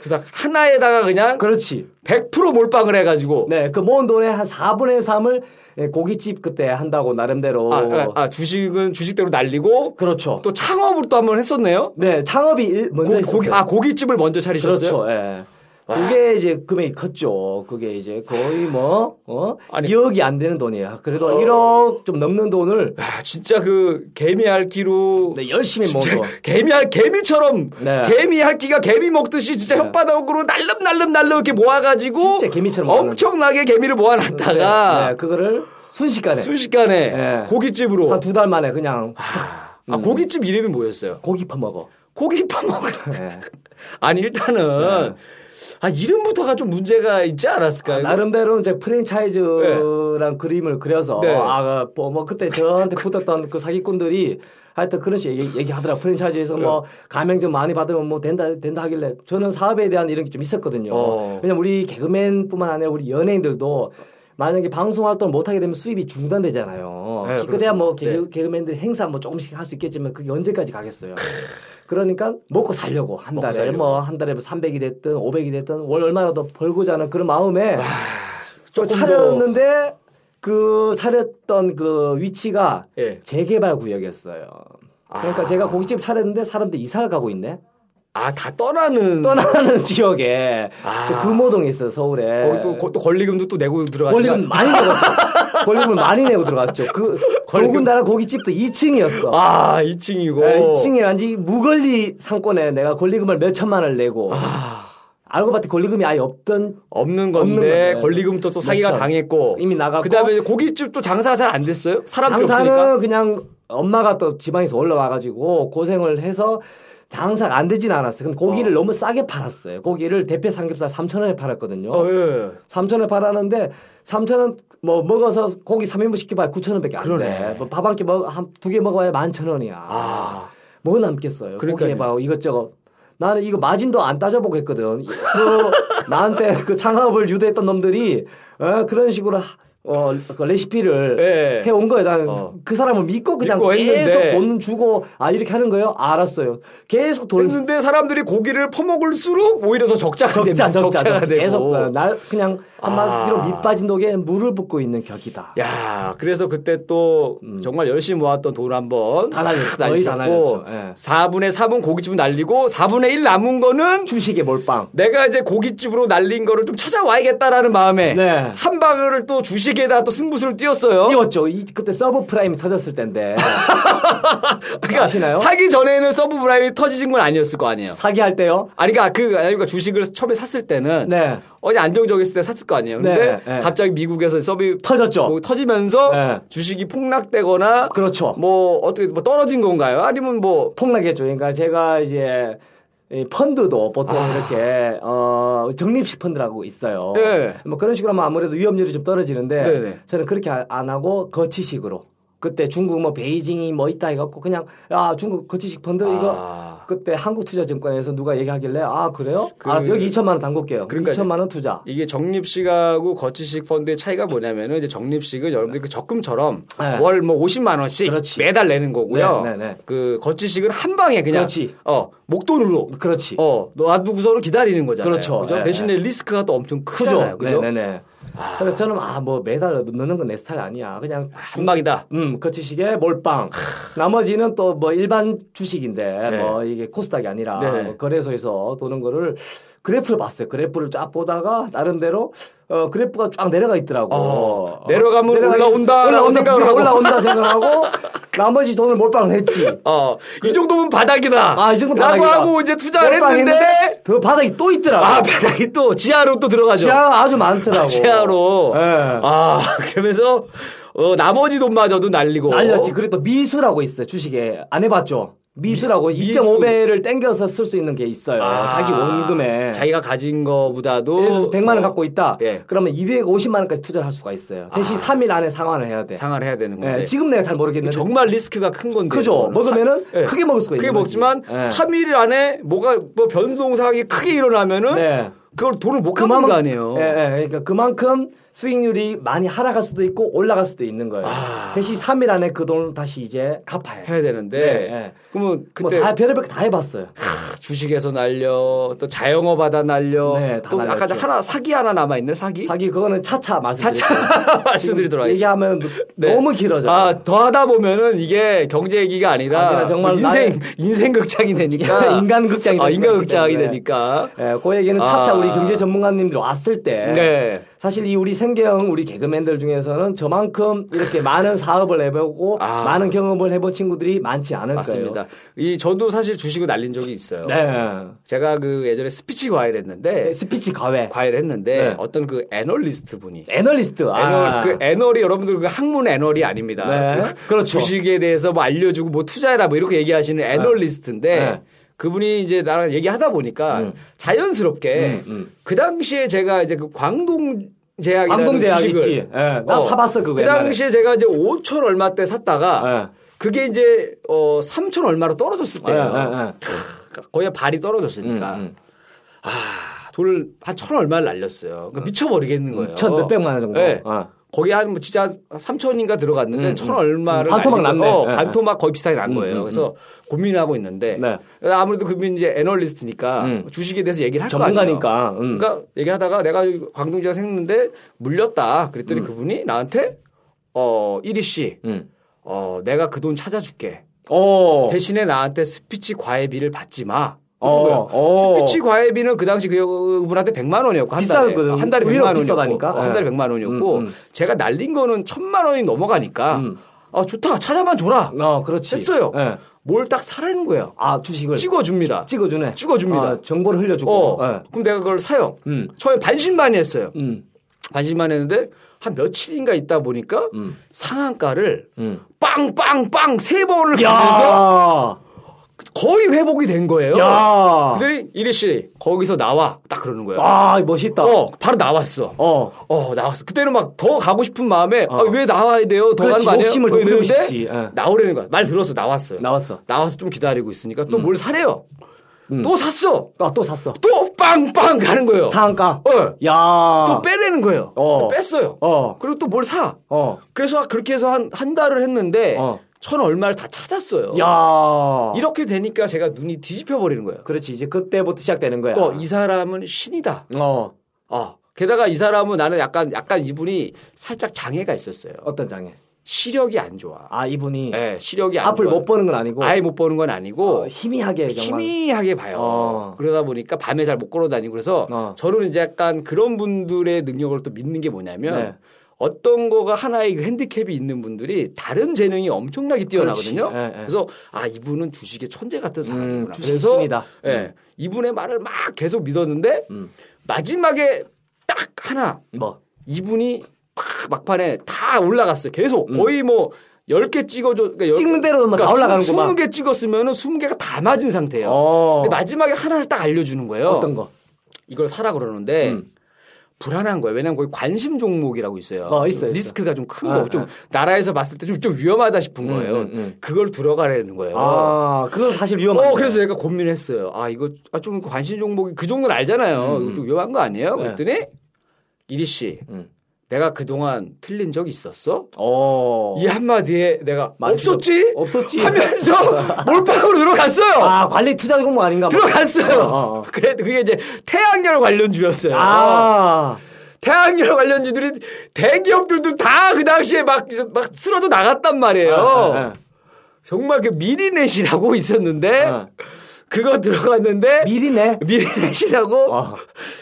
S3: 그래서 하나에다가 그냥
S2: 그렇지.
S3: 100% 몰빵을 해가지고
S2: 네, 그 모은 돈의 한 4분의 3을 예, 고깃집 그때 한다고 나름대로
S3: 아, 아, 아, 주식은 주식대로 날리고
S2: 그렇죠.
S3: 또 창업을 또 한번 했었네요.
S2: 네, 창업이 일-
S3: 고기,
S2: 먼저 했었어요.
S3: 고기- 아 고깃집을 먼저 차리셨어요? 아.
S2: 그렇죠. 예. 그게 이제 금액이 컸죠. 그게 이제 거의 뭐 어?
S3: 아니. 어.
S2: 2억이 안 되는 돈이에요. 그래도 1억 좀 넘는 돈을
S3: 아, 진짜 그 개미 핥기로
S2: 네, 열심히 모은 돈.
S3: 개미 할 개미처럼
S2: 네.
S3: 개미 핥기가 개미 먹듯이 진짜
S2: 네.
S3: 혓바닥으로 날름 날름 날름 이렇게 모아가지고
S2: 진짜 개미처럼 먹는
S3: 엄청나게 개미를
S2: 네,
S3: 모아놨다가
S2: 네, 그거를 순식간에
S3: 순식간에
S2: 네. 음.
S3: 고깃집으로
S2: 한 두 달 만에 그냥
S3: 아, 고깃집 이름이 뭐였어요?
S2: 고기 퍼먹어.
S3: 고기 파먹으라.
S2: 예.
S3: 아니
S2: 네.
S3: 일단은 아 이름부터가 좀 문제가 있지 않았을까요?
S2: 아, 나름대로 이제 프랜차이즈란 그림을 그려서
S3: 네.
S2: 아, 뭐, 뭐 그때 저한테 붙었던 그 사기꾼들이 하여튼 그런 식으로 얘기, 얘기하더라. 프랜차이즈에서 뭐 가맹점 많이 받으면 뭐 된다 된다 하길래 저는 사업에 대한 이런 게 좀 있었거든요.
S3: 어.
S2: 왜냐면 우리 개그맨뿐만 아니라 우리 연예인들도 만약에 방송 활동을 못 하게 되면 수입이 중단되잖아요.
S3: 네,
S2: 그래야
S3: 그렇습니다.
S2: 뭐 개그, 개그맨들 행사 뭐 조금씩 할 수 있겠지만 그게 언제까지 가겠어요. 그러니까 먹고 살려고 한
S3: 먹고
S2: 달에
S3: 살려고.
S2: 뭐 한 달에 300이 됐든 500이 됐든 월 얼마라도 벌고자 하는 그런 마음에 좀
S3: 아, 조금 더.
S2: 차렸는데 그 차렸던 그 위치가
S3: 예.
S2: 재개발 구역이었어요. 그러니까
S3: 아.
S2: 제가 고깃집 차렸는데 사람들 이사를 가고 있네.
S3: 아 다 떠나는
S2: 떠나는 <laughs> 지역에 그
S3: 아.
S2: 금호동에 있어요 서울에.
S3: 거기 또, 거- 또 권리금도 또 내고 들어가니까
S2: 네.
S3: <laughs>
S2: 권리금 많이 내고 권리금 많이 내고 들어갔죠. 그
S3: 권리금.
S2: 더군다나 고깃집도 2층이었어.
S3: 아 2층이고
S2: 네, 2층에 완전 히 무권리 상권에 내가 권리금을 몇 천만 원을 내고
S3: 아.
S2: 알고 봤더니 권리금이 아예 없던
S3: 없는
S2: 없는
S3: 건데
S2: 건데.
S3: 권리금도 또 사기가
S2: 그렇죠.
S3: 당했고
S2: 이미 나갔고.
S3: 그다음에 이제 고깃집도 장사가 잘 안 됐어요 사람들이 없으니까
S2: 장사는 그냥 엄마가 또 지방에서 올라와가지고 고생을 해서 장사가 안 되진 않았어요. 근데 고기를
S3: 어.
S2: 너무 싸게 팔았어요. 고기를 대패 삼겹살 3천 원에 팔았거든요.
S3: 어, 예.
S2: 3천 원에 팔았는데 3천 원 뭐 먹어서 고기 3인분 시켜봐야 9천 원밖에 안
S3: 그러네.
S2: 돼. 뭐밥 한 끼 먹, 한두 개 먹어야 11,000 원이야.
S3: 아
S2: 뭐 남겠어요.
S3: 그러니까요.
S2: 고기에 봐 이것저것. 나는 이거 마진도 안 따져보고 했거든. 그 <laughs> 나한테 그 창업을 유도했던 놈들이 어, 그런 식으로 하- 어, 그 레시피를
S3: 예.
S2: 해온 거예요. 나는
S3: 어.
S2: 그 사람을 믿고 그냥
S3: 믿고 했는데.
S2: 계속 돈 주고 아 이렇게 하는 거예요. 알았어요. 계속 돈
S3: 했는데 사람들이 고기를 퍼먹을수록 오히려 더 적자가
S2: <laughs> 적자
S3: 됩니다.
S2: 적자
S3: 적자가
S2: 적자.
S3: 되고
S2: 계속 어, 날 그냥 한마디로
S3: 아.
S2: 밑빠진 독에 물을 붓고 있는 격이다.
S3: 야, 그래서 그때 또 정말 열심히 모았던 돈 한번
S2: 다 날렸죠.
S3: 다
S2: 음. 거의 다
S3: 날리셨고
S2: 날렸죠. 예.
S3: 4분의 3은 고깃집은 날리고 4분의 1 남은 거는
S2: 주식의 몰빵.
S3: 내가 이제 고깃집으로 날린 거를 좀 찾아와야겠다라는 마음에
S2: 네.
S3: 한 방울을 또 주식에다 또 승부수를 띄웠어요.
S2: 띄웠죠. 이- 그때 서브 프라임이
S3: <laughs>
S2: 터졌을 때인데
S3: 그러니까
S2: 아시나요?
S3: 사기 전에는 서브 브라임이 터지진 건 아니었을 거 아니에요.
S2: 사기할 때요.
S3: 아니 그러니까 그 아니 그러니까 주식을 처음에 샀을 때는
S2: 네.
S3: 어디 안정적이었을 때 샀을 거 아니에요. 근데
S2: 네, 네.
S3: 갑자기 미국에서 서브
S2: 터졌죠.
S3: 뭐 터지면서
S2: 네.
S3: 주식이 폭락되거나
S2: 그렇죠.
S3: 뭐 어떻게 뭐 떨어진 건가요? 아니면 뭐
S2: 폭락했죠. 그러니까 제가 이제 이 펀드도 보통
S3: 아.
S2: 이렇게 어 적립식 펀드라고 있어요.
S3: 네.
S2: 뭐 그런 식으로 하면 아무래도 위험률이 좀 떨어지는데
S3: 네네.
S2: 저는 그렇게 아- 안 하고 거치식으로 그때 중국 뭐 베이징이 뭐 있다 해갖고 그냥 아 중국 거치식 펀드
S3: 아.
S2: 이거 그때 한국투자증권에서 누가 얘기하길래 아 그래요?
S3: 그-
S2: 알았어 여기 2천만 원 담글게요.
S3: 그러니까요.
S2: 2천만 원 투자.
S3: 이게 적립식하고 거치식 펀드의 차이가 뭐냐면은 이제 적립식은 여러분들 그 적금처럼
S2: 네.
S3: 월 뭐 50만 원씩
S2: 그렇지.
S3: 매달 내는 거고요.
S2: 네, 네, 네.
S3: 그 거치식은 한 방에 그냥
S2: 그렇지.
S3: 어 목돈으로
S2: 그렇지.
S3: 어 놔두고서는 기다리는 거잖아요.
S2: 그렇죠.
S3: 그죠?
S2: 네,
S3: 대신에 리스크가 또 엄청 크잖아요.
S2: 그죠?
S3: 그죠?
S2: 네네네. 그래서 저는 아 뭐 매달 넣는 건 내 스타일 아니야. 그냥
S3: 한 방이다.
S2: 음, 거치식에 몰빵. 나머지는 또 뭐 일반 주식인데
S3: 네.
S2: 뭐 이게 코스닥이 아니라
S3: 네.
S2: 뭐 거래소에서 도는 거를 그래프를 봤어요. 그래프를 쫙 보다가 나름대로 어 그래프가 쫙 내려가 있더라고.
S3: 어,
S2: 어,
S3: 내려가면
S2: 내려가
S3: 올라온다라고
S2: 올라온다,
S3: 생각을 하고. <laughs>
S2: 올라온다 생각하고 나머지 돈을 몰빵을 했지.
S3: 어, 이 정도면 바닥이다.
S2: 그 아, 이 정도
S3: 라고
S2: 바닥이다.
S3: 하고 이제 투자를
S2: 몰빵을
S3: 했는데,
S2: 했는데 더 바닥이 또 있더라고.
S3: 아, 바닥이 또 지하로 또 들어가죠.
S2: 지하가 아주 많더라고.
S3: 지하로.
S2: 예.
S3: 아, <laughs> 그러면서 어, 나머지 돈마저도 날리고.
S2: 날렸지. 그리고 또 미수라고 있어요. 주식에 안 해봤죠. 미수라고
S3: 미수.
S2: 2.5배를 땡겨서 쓸 수 있는 게 있어요.
S3: 아,
S2: 자기 원금에.
S3: 자기가 가진 거보다도
S2: 예를 들어서 100만 원
S3: 더
S2: 갖고 있다.
S3: 예. 아.
S2: 그러면 250만 원까지 투자를 할 수가 있어요. 대신 3일 안에 상환을 해야 돼.
S3: 상환을 해야 되는 건데.
S2: 예, 지금 내가 잘 모르겠는데.
S3: 네. 정말 리스크가 큰 건데.
S2: 그죠.
S3: 이거는.
S2: 먹으면은
S3: 사- 예.
S2: 크게 먹을 수가
S3: 크게
S2: 있는 거지.
S3: 먹지만
S2: 예.
S3: 3일 안에 뭐가 뭐 변동 상황이 크게 일어나면은
S2: 네.
S3: 그걸 돈을 못 갚는 거 아니에요.
S2: 예, 예. 그러니까 그만큼 수익률이 많이 하락할 수도 있고 올라갈 수도 있는 거예요. 대신 3일 안에 그 돈을 다시 이제 갚아요.
S3: 아. 해야 되는데
S2: 네, 예.
S3: 그러면 그때
S2: 뭐다 별의별 거 다 해봤어요.
S3: 주식에서 날려 또 자영업 받아 날려
S2: 네, 다
S3: 또 아까
S2: 날렸죠.
S3: 하나 사기 하나 남아 있네 사기
S2: 자기 그거는 차차 말씀드릴게요.
S3: <laughs> 말씀드리도록 하겠습니다.
S2: 얘기하면
S3: 네.
S2: 너무 길어져.
S3: 아, 더 하다 보면은 이게 경제 얘기가 아니라 뭐
S2: 아니라 정말
S3: 인생 인생 극장이 되니까
S2: <laughs> 인간 극장이
S3: 아,
S2: 될
S3: 인간
S2: 수가 있기
S3: 극장이
S2: 때문에.
S3: 되니까.
S2: 예, 그 얘기는 차차
S3: 아.
S2: 우리 경제 전문가님들 왔을 때
S3: 네.
S2: 사실 이 우리 생계형 우리 개그맨들 중에서는 저만큼 이렇게 많은 사업을 해보고
S3: 아.
S2: 많은 경험을 해본 친구들이 많지 않을
S3: 맞습니다.
S2: 거예요.
S3: 이 저도 사실 주식을 날린 적이 있어요.
S2: 네. 예,
S3: 제가 그 예전에 스피치 과외를 했는데
S2: 스피치 과외.
S3: 과외를 했는데
S2: 네.
S3: 어떤 그 애널리스트 분이
S2: 애널리스트.
S3: 애널,
S2: 아.
S3: 그 애널이 여러분들 그 학문 애널이 아닙니다.
S2: 네.
S3: 그
S2: 그렇죠.
S3: 주식에 대해서 뭐 알려주고 뭐 투자해라 뭐 이렇게 얘기하시는 애널리스트인데
S2: 네.
S3: 그분이 이제 나랑 얘기하다 보니까 자연스럽게
S2: 음, 음.
S3: 그 당시에 제가 이제 그 광동 제약이라는
S2: 광동 제약
S3: 주식을
S2: 있지. 예, 나 사봤어, 그거
S3: 그
S2: 옛날에.
S3: 당시에 제가 이제 5천 얼마 때 샀다가
S2: 예.
S3: 그게 이제 어 3천 얼마로 떨어졌을 때예요.
S2: 예, 예, 예.
S3: 크, 거의 발이 떨어졌으니까
S2: 음, 음.
S3: 아 돈을 한 천 얼마를 날렸어요.
S2: 음.
S3: 그러니까 미쳐버리겠는 거예요.
S2: 천 몇백만 원 정도.
S3: 예.
S2: 어.
S3: 거기 한뭐 진짜 3천인가 들어갔는데
S2: 음,
S3: 천
S2: 음.
S3: 얼마를
S2: 반토막
S3: 날리고,
S2: 났네.
S3: 어,
S2: 예, 예.
S3: 반토막 거의 비슷하게 난 거예요.
S2: 음, 음,
S3: 그래서 고민하고 있는데
S2: 네.
S3: 아무래도 그분 이제 애널리스트니까
S2: 음.
S3: 주식에 대해서 얘기를 할 거 아니에요.
S2: 전문가니까. 음.
S3: 그러니까 얘기하다가 내가 광동지가 생겼는데 물렸다. 그랬더니 그분이 나한테 어 이리 씨,
S2: 음.
S3: 어 내가 그 돈 찾아줄게.
S2: 어.
S3: 대신에 나한테 스피치 과외비를 받지 마.
S2: 어,
S3: 그런 거야.
S2: 어.
S3: 스피치 과외비는 그 당시 그분한테 100만 원이었고 한 달에
S2: 비싸거든.
S3: 한 달에
S2: 의외로
S3: 100만 원이었고
S2: 비싸다니까.
S3: 어, 한 달에
S2: 예.
S3: 100만 원이었고
S2: 음, 음.
S3: 제가 날린 거는 1000만 원이 넘어가니까
S2: 음.
S3: 아 좋다. 찾아만 줘라.
S2: 어, 그렇지.
S3: 했어요.
S2: 예.
S3: 뭘 딱 사라는 거예요.
S2: 아, 주식을
S3: 찍어 줍니다.
S2: 찍어주네.
S3: 찍어줍니다.
S2: 아, 정보를 흘려주고.
S3: 어.
S2: 예.
S3: 그럼 내가 그걸 사요.
S2: 음.
S3: 처음에 반신반의 했어요.
S2: 음.
S3: 반신만 했는데 한 며칠인가 있다 보니까
S2: 음.
S3: 상한가를
S2: 음.
S3: 빵빵빵 세 번을 가면서
S2: 야.
S3: 거의 회복이 된 거예요.
S2: 야.
S3: 그들이 이리 씨 거기서 나와 딱 그러는 거예요.
S2: 아, 멋있다.
S3: 어 바로 나왔어. 어.
S2: 어.
S3: 나왔어. 그때는 막 더 가고 싶은 마음에
S2: 어.
S3: 아, 왜 나와야 돼요? 더 가는
S2: 그렇지,
S3: 거 아니에요?
S2: 욕심을 더 부리고
S3: 이러는데
S2: 싶지. 예.
S3: 나오려는 거야. 말 들었어 나왔어요.
S2: 나왔어.
S3: 나와서 좀 기다리고 있으니까 또 뭘 사래요.
S2: 음.
S3: 또 샀어.
S2: 아, 또 샀어.
S3: 또 빵빵 가는 거예요.
S2: 상한가.
S3: 어.
S2: 야.
S3: 또 빼내는 거예요.
S2: 아. 어.
S3: 또 뺐어요.
S2: 어.
S3: 그리고 또 뭘 사.
S2: 어.
S3: 그래서 그렇게 해서 한, 한 달을 했는데
S2: 어.
S3: 천 얼마를 다 찾았어요.
S2: 야.
S3: 이렇게 되니까 제가 눈이 뒤집혀 버리는 거예요.
S2: 그렇지. 이제 그때부터 시작되는 거야.
S3: 어, 이 사람은 신이다.
S2: 어.
S3: 어. 게다가 이 사람은 나는 약간 약간 이분이 살짝 장애가 있었어요.
S2: 어떤 장애?
S3: 시력이 안 좋아.
S2: 아, 이분이
S3: 예, 시력이 안
S2: 앞을
S3: 좋아.
S2: 못 보는 건 아니고
S3: 아예 못 보는 건 아니고
S2: 어, 희미하게 정말.
S3: 희미하게 봐요.
S2: 어.
S3: 그러다 보니까 밤에 잘 못 걸어 다니고 그래서
S2: 어.
S3: 저는 이제 약간 그런 분들의 능력을 또 믿는 게 뭐냐면
S2: 네.
S3: 어떤 거가 하나의 그 핸디캡이 있는 분들이 다른 재능이 엄청나게 뛰어나거든요.
S2: 그렇지. 예, 예.
S3: 그래서 아 이분은 주식의 천재 같은 사람이구나.
S2: 주식
S3: 그래서
S2: 신이다.
S3: 예, 이분의 말을 막 계속 믿었는데
S2: 음.
S3: 마지막에 딱 하나
S2: 뭐.
S3: 이분이 팍 막판에 다 올라갔어요. 계속
S2: 음.
S3: 거의 뭐 10개 찍어줘. 그러니까 열-
S2: 찍는 대로만 다 올라가는구만.
S3: 20개 찍었으면은 20개가 다 맞은 상태예요.
S2: 어.
S3: 근데 마지막에 하나를 딱 알려주는 거예요.
S2: 어떤 거?
S3: 이걸 사라 그러는데
S2: 음.
S3: 불안한 거예요. 왜냐하면 거기 관심 종목이라고 있어요.
S2: 어, 있어요, 있어요.
S3: 리스크가 좀 큰
S2: 아,
S3: 거, 좀
S2: 아.
S3: 나라에서 봤을 때 좀 위험하다 싶은
S2: 음,
S3: 거예요.
S2: 음, 음.
S3: 그걸 들어가려는 거예요.
S2: 아, 그건 사실 위험한
S3: 어,
S2: 거.
S3: 그래서 내가 고민했어요. 아, 이거 아, 좀 관심 종목이 그 정도는 알잖아요. 이거 좀 위험한 거 아니에요?
S2: 음. 네.
S3: 그랬더니 이리 씨,
S2: 음.
S3: 내가 그동안 틀린 적 있었어?
S2: 어.
S3: 이 한마디에 내가
S2: 많이
S3: 예? 없었지?
S2: 없- 없었지.
S3: 하면서 <laughs> 몰빵으로 들어갔어요.
S2: 아, 관리 투자 공모 아닌가 봐.
S3: 들어갔어요.
S2: 어, 어.
S3: 그래, 그게 이제 태양열 관련주였어요.
S2: 아.
S3: 태양열 관련주들이 대기업들도 다 그 당시에 막, 막 쓸어도 나갔단 말이에요.
S2: 예, 예.
S3: 정말 그 미리넷이라고 있었는데
S2: 어.
S3: 그거 들어갔는데
S2: 미리네.
S3: 미리넷이라고
S2: 어.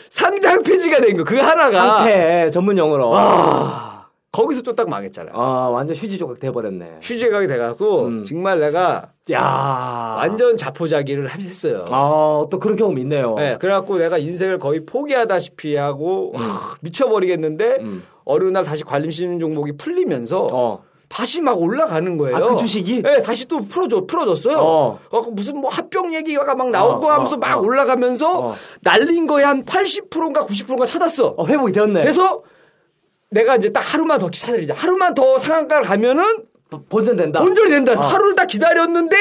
S3: 상장 폐지가 된 거. 그 하나가
S2: 상태 예, 전문 용어로.
S3: 아, 거기서 또 딱 망했잖아요.
S2: 아, 완전 휴지 조각 돼 버렸네.
S3: 휴재각이 돼갖고
S2: 음.
S3: 정말 내가
S2: 야.
S3: 완전 자포자기를 했어요.
S2: 아, 또 그런 경험 이 있네요.
S3: 네, 그래갖고 내가 인생을 거의 포기하다시피 하고 하, <laughs> 미쳐버리겠는데
S2: 음.
S3: 어느 날 다시 관심 종목이 풀리면서
S2: 어.
S3: 다시 막 올라가는 거예요.
S2: 아, 그 주식이?
S3: 네, 다시 또 풀어줘 풀어줬어요.
S2: 어.
S3: 그래갖고 무슨 뭐 합병 얘기가 막 나오고
S2: 어,
S3: 하면서
S2: 어,
S3: 막
S2: 어.
S3: 올라가면서
S2: 어.
S3: 날린 거에 한 80%인가 90%인가 찾았어.
S2: 어, 회복이 되었네.
S3: 그래서 내가 이제 딱 하루만 더 찾아리자. 하루만 더 상한가를 가면은
S2: 본전된다.
S3: 본전이 된다.
S2: 아.
S3: 해서 하루를 다
S2: <laughs>
S3: 기다렸는데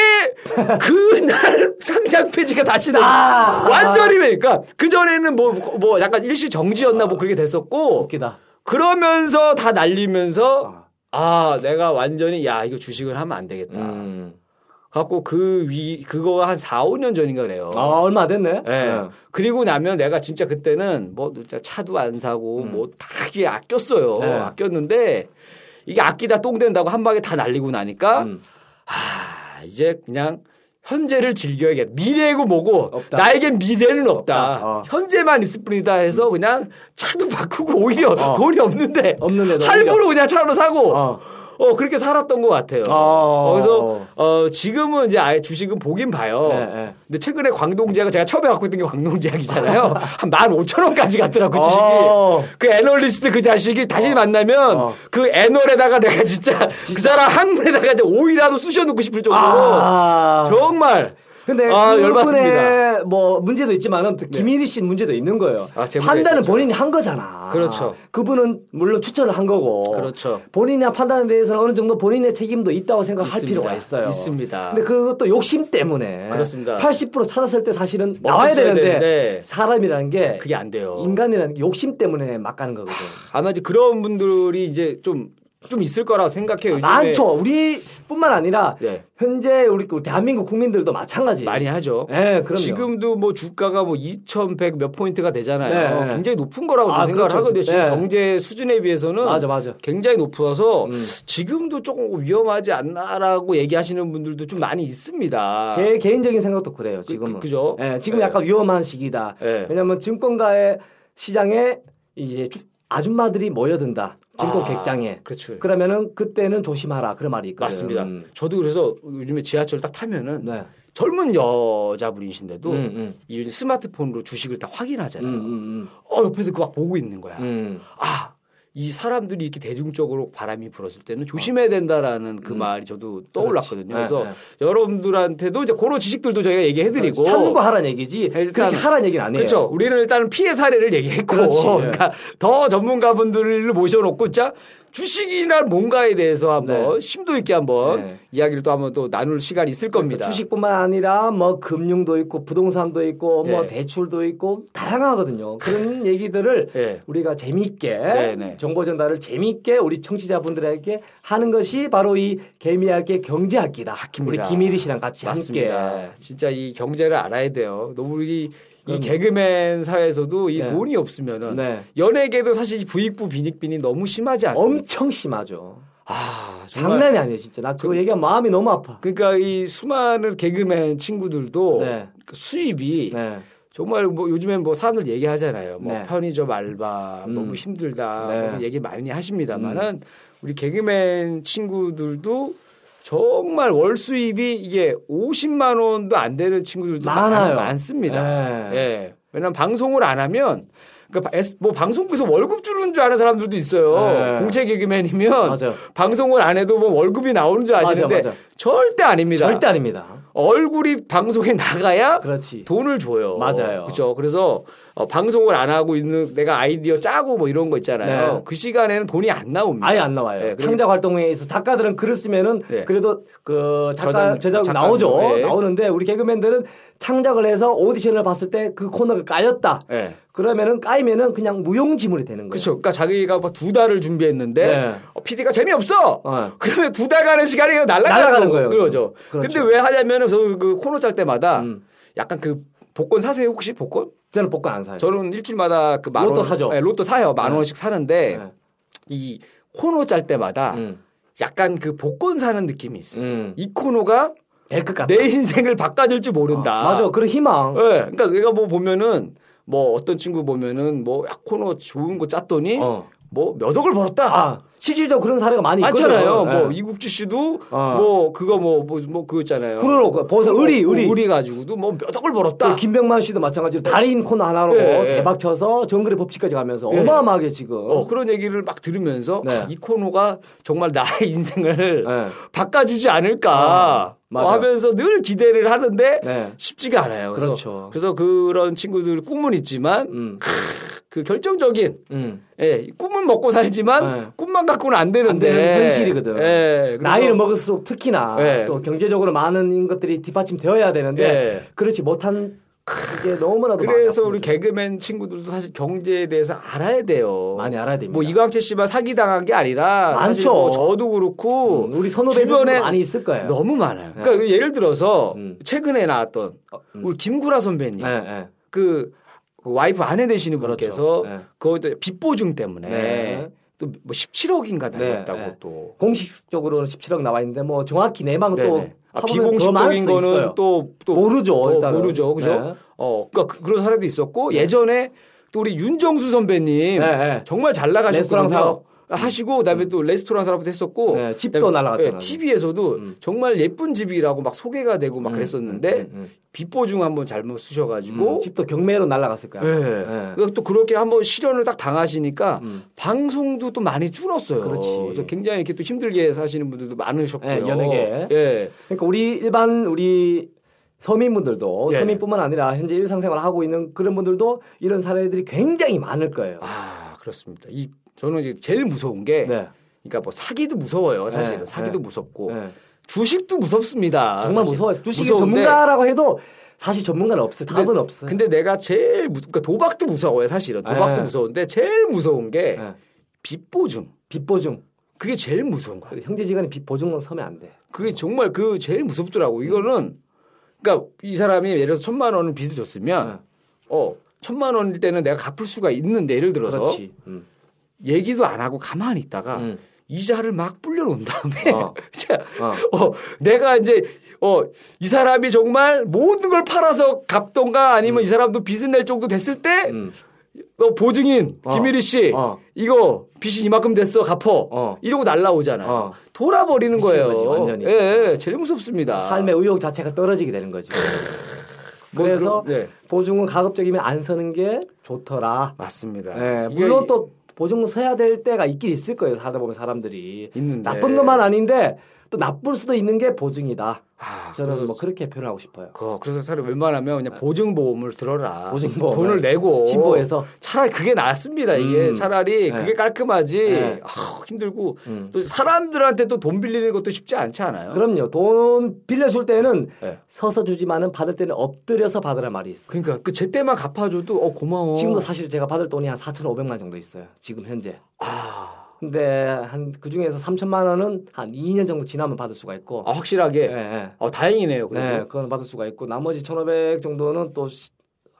S3: 그날 상장 폐지가 다시 나.
S2: 아.
S3: 완전히 그러니까 그 전에는 뭐 뭐 약간 일시 정지였나 뭐 그렇게 됐었고
S2: 웃기다.
S3: 그러면서 다 날리면서 아 내가 완전히 야 이거 주식을 하면 안 되겠다.
S2: 음.
S3: 갖고 그 위 그거 한 4, 5년 전인가 그래요.
S2: 아, 얼마 안 됐네.
S3: 예. 그리고 나면 내가 진짜 그때는 뭐 진짜 차도 안 사고 뭐 다 이게 아꼈어요.
S2: 음. 네.
S3: 아꼈는데 이게 아끼다 똥 된다고 한 방에 다 날리고 나니까
S2: 음.
S3: 아 이제 그냥 현재를 즐겨야겠다. 미래고 뭐고
S2: 없다.
S3: 나에겐 미래는 없다.
S2: 없다. 어. 음.
S3: 현재만 있을 뿐이다 해서 그냥 차도 바꾸고 오히려
S2: 어.
S3: 돈이 없는데
S2: 없는데도
S3: 할부로 그냥 차로 사고
S2: 어.
S3: 어, 그렇게 살았던 것 같아요.
S2: 어.
S3: 그래서, 어, 지금은 이제 아예 주식은 보긴 봐요.
S2: 네, 네.
S3: 근데 최근에 광동제약, 제가 처음에 갖고 있던 게
S2: <laughs>
S3: 광동제약이잖아요. 한 15,000원까지 갔더라고, 주식이.
S2: 어.
S3: 그 애널리스트 그 자식이 다시 만나면
S2: 어.
S3: 그 애널에다가 내가 어. 진짜 그 사람 항문에다가 이제 오이라도 쑤셔놓고 싶을 정도로
S2: 아.
S3: 정말
S2: 근데
S3: 아, 열받습니다. 네.
S2: 그분의 뭐 문제도 있지만은 김일희 씨 문제도 있는 거예요.
S3: 아, 제 문제가
S2: 판단은
S3: 있었죠.
S2: 본인이 한 거잖아.
S3: 그렇죠.
S2: 그분은 물론 추천을 한 거고.
S3: 그렇죠.
S2: 본인의 판단에 대해서는 어느 정도 본인의 책임도 있다고 생각할
S3: 있습니다.
S2: 필요가 있어요.
S3: 있습니다.
S2: 근데 그것도 욕심 때문에.
S3: 그렇습니다.
S2: 80% 찾았을 때 사실은 나와야
S3: 멈췄어야
S2: 되는데,
S3: 되는데
S2: 사람이라는 게
S3: 그게 안 돼요.
S2: 인간이라는 게 욕심 때문에 막 가는 거거든.
S3: 아마 이제 그런 분들이 이제 좀, 좀 있을 거라 생각해요. 요즘에
S2: 많죠. 아, 우리뿐만 아니라
S3: 네.
S2: 현재 우리 그 대한민국 국민들도 마찬가지.
S3: 많이 하죠.
S2: 예, 그럼요.
S3: 지금도 뭐 주가가 뭐 2,100 몇 포인트가 되잖아요.
S2: 네.
S3: 굉장히 높은 거라고 저는
S2: 아,
S3: 생각을
S2: 그렇죠.
S3: 하거든요. 지금
S2: 네.
S3: 경제 수준에 비해서는
S2: 맞아, 맞아.
S3: 굉장히 높아서
S2: 음.
S3: 지금도 조금 위험하지 않나라고 얘기하시는 분들도 좀 많이 있습니다.
S2: 제 개인적인 생각도 그래요. 지금은.
S3: 그- 그죠?
S2: 예, 지금
S3: 예.
S2: 약간 위험한 시기다.
S3: 예.
S2: 왜냐하면 증권가의 시장에 이제 주- 아줌마들이 모여든다. 증권
S3: 아,
S2: 객장에.
S3: 그렇죠.
S2: 그러면은 그때는 조심하라. 그런 말이 있거든.
S3: 맞습니다.
S2: 음.
S3: 저도 그래서 요즘에 지하철 딱 타면은
S2: 네.
S3: 젊은 여자분이신데도
S2: 음, 음.
S3: 이 스마트폰으로 주식을 다 확인하잖아요.
S2: 음, 음,
S3: 어 옆에서 그 막 보고 있는 거야.
S2: 음. 음.
S3: 아, 이 사람들이 이렇게 대중적으로 바람이 불었을 때는 조심해야 된다라는 그 말이 저도 떠올랐거든요.
S2: 음. 그렇지.
S3: 그래서
S2: 네,
S3: 여러분들한테도 이제 그런 지식들도 저희가 얘기해드리고 네,
S2: 참고하라는 얘기지.
S3: 일단-
S2: 그렇게 하라는 얘기는 아니에요.
S3: 그렇죠. 우리는 일단 피해 사례를 얘기했고,
S2: 그렇지.
S3: <laughs> 그러니까 더 전문가분들을 모셔놓고 진짜 주식이나 뭔가에 대해서 한번 심도 있게 한번
S2: 네. 그러니까
S3: 이야기를 또 한번 또 나눌 시간이 있을 겁니다.
S2: 주식뿐만 아니라 뭐 금융도 있고 부동산도 있고 뭐
S3: 예.
S2: 대출도 있고 다양하거든요.
S3: <laughs>
S2: 그런 얘기들을
S3: 예.
S2: 우리가 재미있게
S3: 네네.
S2: 정보 전달을 재미있게 우리 청취자분들에게 하는 것이 바로 이 개미학계 경제학기다. 우리 김일희 씨랑 같이 함께.
S3: 진짜 이 경제를 알아야 돼요. 너무 이, 이 개그맨 사회에서도 이
S2: 네.
S3: 돈이 없으면은
S2: 네.
S3: 연예계도 사실 부익부 빈익빈이 너무 심하지 않습니까?
S2: 엄청 심하죠.
S3: 아, 정말.
S2: 장난이 아니에요, 진짜. 나 그거 얘기하면 마음이 너무 아파.
S3: 그러니까 이 수많은 개그맨 친구들도
S2: 네.
S3: 그 수입이
S2: 네.
S3: 정말 뭐 요즘엔 뭐 사람들 얘기하잖아요. 뭐
S2: 네.
S3: 편의점 알바
S2: 음.
S3: 너무 힘들다.
S2: 네. 음.
S3: 그런 얘기 많이 하십니다만은 우리 개그맨 친구들도 정말 월 수입이 이게 50만 원도 안 되는 친구들도
S2: 많아요.
S3: 많, 습니다
S2: 네.
S3: 예. 왜냐면 방송을 안 하면 그러니까 바- 에스- 뭐 방송국에서 월급 주는 줄 아는 사람들도 있어요.
S2: 네.
S3: 공채 개그맨이면
S2: 맞아요.
S3: 방송을 안 해도 뭐 월급이 나오는 줄
S2: 맞아,
S3: 아시는데
S2: 맞아.
S3: 절대 아닙니다.
S2: 절대 아닙니다.
S3: 얼굴이 방송에 나가야
S2: 그렇지.
S3: 돈을 줘요.
S2: 맞아요.
S3: 그죠. 그래서 어, 방송을 안 하고 있는 내가 아이디어 짜고 뭐 이런 거 있잖아요.
S2: 네.
S3: 그 시간에는 돈이 안 나옵니다.
S2: 아예 안 나와요.
S3: 예, 그리고-
S2: 창작 활동회에서 작가들은 글을 쓰면은
S3: 네.
S2: 그래도 그 작가
S3: 저장-
S2: 제작
S3: 작가
S2: 나오죠.
S3: 정도, 예.
S2: 나오는데 우리 개그맨들은 창작을 해서 오디션을 봤을 때 그 코너가 까였다.
S3: 예.
S2: 그러면은 까이면은 그냥 무용지물이 되는 거예요.
S3: 그렇죠. 그러니까 자기가 뭐두 달을 준비했는데
S2: 네.
S3: 어, PD가 재미없어.
S2: 어.
S3: 그러면 두 달 가는 시간이 그냥 날아가는,
S2: 날아가는 거예요.
S3: 그렇죠.
S2: 그렇죠.
S3: 근데 왜 하냐면은 저는 그 코너 짤 때마다
S2: 음.
S3: 약간 그 복권 사세요 혹시 복권?
S2: 저는 복권 안 사요.
S3: 저는 일주일마다 그 만 원.
S2: 네. 로또 사죠.
S3: 예, 로또 사요. 만 원씩 사는데
S2: 네.
S3: 이 코너 짤 때마다
S2: 음.
S3: 약간 그 복권 사는 느낌이 있어요.
S2: 음.
S3: 이 코너가
S2: 될것 같아.
S3: 내 인생을 바꿔줄지 모른다.
S2: 맞아. 그런 희망.
S3: 예, 그러니까 내가 뭐 보면은 뭐 어떤 친구 보면은 뭐 야, 코너 좋은 거 짰더니
S2: 어.
S3: 뭐 몇 억을 벌었다.
S2: 아, 실질적으로 그런 사례가 많이
S3: 많잖아요.
S2: 있거든요.
S3: 뭐
S2: 예.
S3: 이국주 씨도
S2: 어.
S3: 뭐 그거 뭐 뭐 그거 있잖아요.
S2: 그러고 벌써 의리
S3: 뭐
S2: 의리.
S3: 의리 가지고도 뭐 몇 억을 벌었다.
S2: 그 김병만 씨도 마찬가지로 달인 코너 하나로 뭐
S3: 예, 예.
S2: 대박 쳐서 정글의 법칙까지 가면서
S3: 예.
S2: 어마어마하게 지금
S3: 어, 그런 얘기를 막 들으면서
S2: 네.
S3: 아, 이 코너가 정말 나의 <laughs> 인생을
S2: 네.
S3: 바꿔주지 않을까
S2: 아, 맞아요.
S3: 뭐 하면서 늘 기대를 하는데
S2: 네.
S3: 쉽지가 않아요. 그래서,
S2: 그렇죠.
S3: 그래서 그런 친구들 꿈은 있지만
S2: 음.
S3: 그 결정적인
S2: 음.
S3: 예, 꿈은 먹고 살지만
S2: 네.
S3: 꿈만 갖고는 안 되는데
S2: 안 되는 현실이거든.
S3: 예, 그래서-
S2: 나이를 먹을수록 특히나
S3: 예.
S2: 또 경제적으로 많은 것들이 뒷받침되어야 되는데
S3: 예.
S2: 그렇지 못한 그게 너무나도
S3: 그래서 우리
S2: 많아요.
S3: 개그맨 친구들도 사실 경제에 대해서 알아야 돼요.
S2: 많이 알아야 됩니다.
S3: 뭐 이광채 씨만 사기 당한 게 아니라 사실
S2: 많죠.
S3: 뭐 저도 그렇고
S2: 음, 우리 선후배들도
S3: 주변에
S2: 많이 있을 거예요.
S3: 너무 많아요. 그러니까 예를 들어서
S2: 음.
S3: 최근에 나왔던 우리 김구라 선배님
S2: 어, 예, 예.
S3: 그 와이프 아내 되시는 분께서
S2: 네.
S3: 그것도 빚보증 때문에
S2: 네.
S3: 또 뭐 17억인가
S2: 네,
S3: 달렸다고
S2: 네.
S3: 또.
S2: 공식적으로는 17억 나와 있는데 뭐 정확히 내방 또
S3: 네네. 아,
S2: 파보면 더 많을
S3: 비공식적인
S2: 수도
S3: 거는
S2: 있어요.
S3: 또, 또
S2: 모르죠,
S3: 또
S2: 일단은.
S3: 모르죠. 그죠?
S2: 네.
S3: 어, 그러니까 그- 그런 사례도 있었고 예전에 또 우리 윤정수 선배님
S2: 네, 네.
S3: 정말 잘 나가셨거든요.
S2: 레스토랑 사업.
S3: 하시고 그다음에 또 레스토랑 사업도 했었고 예,
S2: 네, 집도 날라갔잖아요.
S3: TV에서도
S2: 음.
S3: 정말 예쁜 집이라고 막 소개가 되고 막
S2: 음,
S3: 뭐 그랬었는데
S2: 음, 음.
S3: 빚보증 한번 잘못 쓰셔 가지고
S2: 음, 집도 경매로 날라갔을 거야.
S3: 예.
S2: 예.
S3: 그러니까 또 그렇게 한번 실현을 딱 당하시니까
S2: 음.
S3: 방송도 또 많이 줄었어요.
S2: 그렇지. 네,
S3: 래서 굉장히 이렇게 또 힘들게 사시는 분들도 많으셨고요.
S2: 예, 연예계.
S3: 예.
S2: 그러니까 우리 일반 우리 서민분들도
S3: 예.
S2: 서민뿐만 아니라 현재 일상생활 하고 있는 그런 분들도 이런 사례들이 굉장히 많을 거예요.
S3: 아 그렇습니다. 이 저는 이제 제일 무서운 게
S2: 네.
S3: 그러니까 뭐 사기도 무서워요. 사실은
S2: 네,
S3: 사기도
S2: 네.
S3: 무섭고
S2: 네.
S3: 주식도 무섭습니다.
S2: 정말
S3: 아, 사실.
S2: 무서워요. 주식이
S3: 무서운데
S2: 전문가라고 해도 사실 전문가는 없어요.
S3: 근데-
S2: 답은 없어요.
S3: 근데 내가 제일 무, 그러니까 도박도 무서워요. 사실은 도박도
S2: 네.
S3: 무서운데 제일 무서운 게
S2: 예.
S3: 빚보증.
S2: 빚보증
S3: 그게 제일 무서운 거예요.
S2: 형제지간에 빚보증은 서면 안 돼.
S3: 그게 정말 그 제일 무섭더라고. 이거는 그러니까 이 사람이 예를 들어서 천만 원을 빚을
S2: 네.
S3: 줬으면 어 천만 원일 때는 내가 갚을 수가 있는데 예를 들어서
S2: 그렇지. 음.
S3: 얘기도 안 하고 가만히 있다가
S2: 음.
S3: 이자를 막 불려놓은 다음에
S2: 어.
S3: <laughs> 자,
S2: 어.
S3: 어, 내가 이제 어 이 사람이 정말 모든 걸 팔아서 갚던가 아니면 이 사람도 빚을 낼 정도 됐을 때 너
S2: 음.
S3: 보증인
S2: 어.
S3: 김일희 씨
S2: 어.
S3: 이거 빚이 이만큼 됐어 갚어
S2: 어.
S3: 이러고 날라오잖아 요
S2: 어.
S3: 돌아버리는
S2: 미친
S3: 거예요
S2: 거지, 완전히.
S3: 예, 예, 제일 무섭습니다
S2: 삶의 의욕 자체가 떨어지게 되는 거죠.
S3: 아. 뭐
S2: 그래서
S3: 그런- 네.
S2: 보증은 가급적이면 안 서는 게 좋더라.
S3: 맞습니다
S2: 예,
S3: 네. 이게
S2: 물론 또 보증 서야 될 때가 있긴 있을 거예요. 살다 보면 사람들이
S3: 있는데.
S2: 나쁜 것만 아닌데 또 나쁠 수도 있는 게 보증이다.
S3: 아,
S2: 저는 뭐 그렇게 표현하고 싶어요.
S3: 그, 그래서 차라리 웬만하면 그냥 보증보험을 들어라.
S2: 보증보험을.
S3: 돈을 내고.
S2: 신보에서.
S3: 차라리 그게 낫습니다. 이게
S2: 음.
S3: 차라리
S2: 네.
S3: 그게 깔끔하지.
S2: 네.
S3: 아, 힘들고
S2: 음.
S3: 또 사람들한테 또 돈 빌리는 것도 쉽지 않지 않아요?
S2: 그럼요. 돈 빌려줄 때는
S3: 네.
S2: 서서 주지만은 받을 때는 엎드려서 받으라 말이 있어요.
S3: 그러니까 그 제때만 갚아줘도 어 고마워.
S2: 지금도 사실 제가 받을 돈이 한 4,500만 원 정도 있어요. 지금 현재.
S3: 아,
S2: 근데 한 그 중에서 3천만 원은 한 2년 정도 지나면 받을 수가 있고.
S3: 아, 확실하게.
S2: 예, 예.
S3: 어 다행이네요.
S2: 네,
S3: 그래도.
S2: 그건 받을 수가 있고 나머지 1,500 정도는 또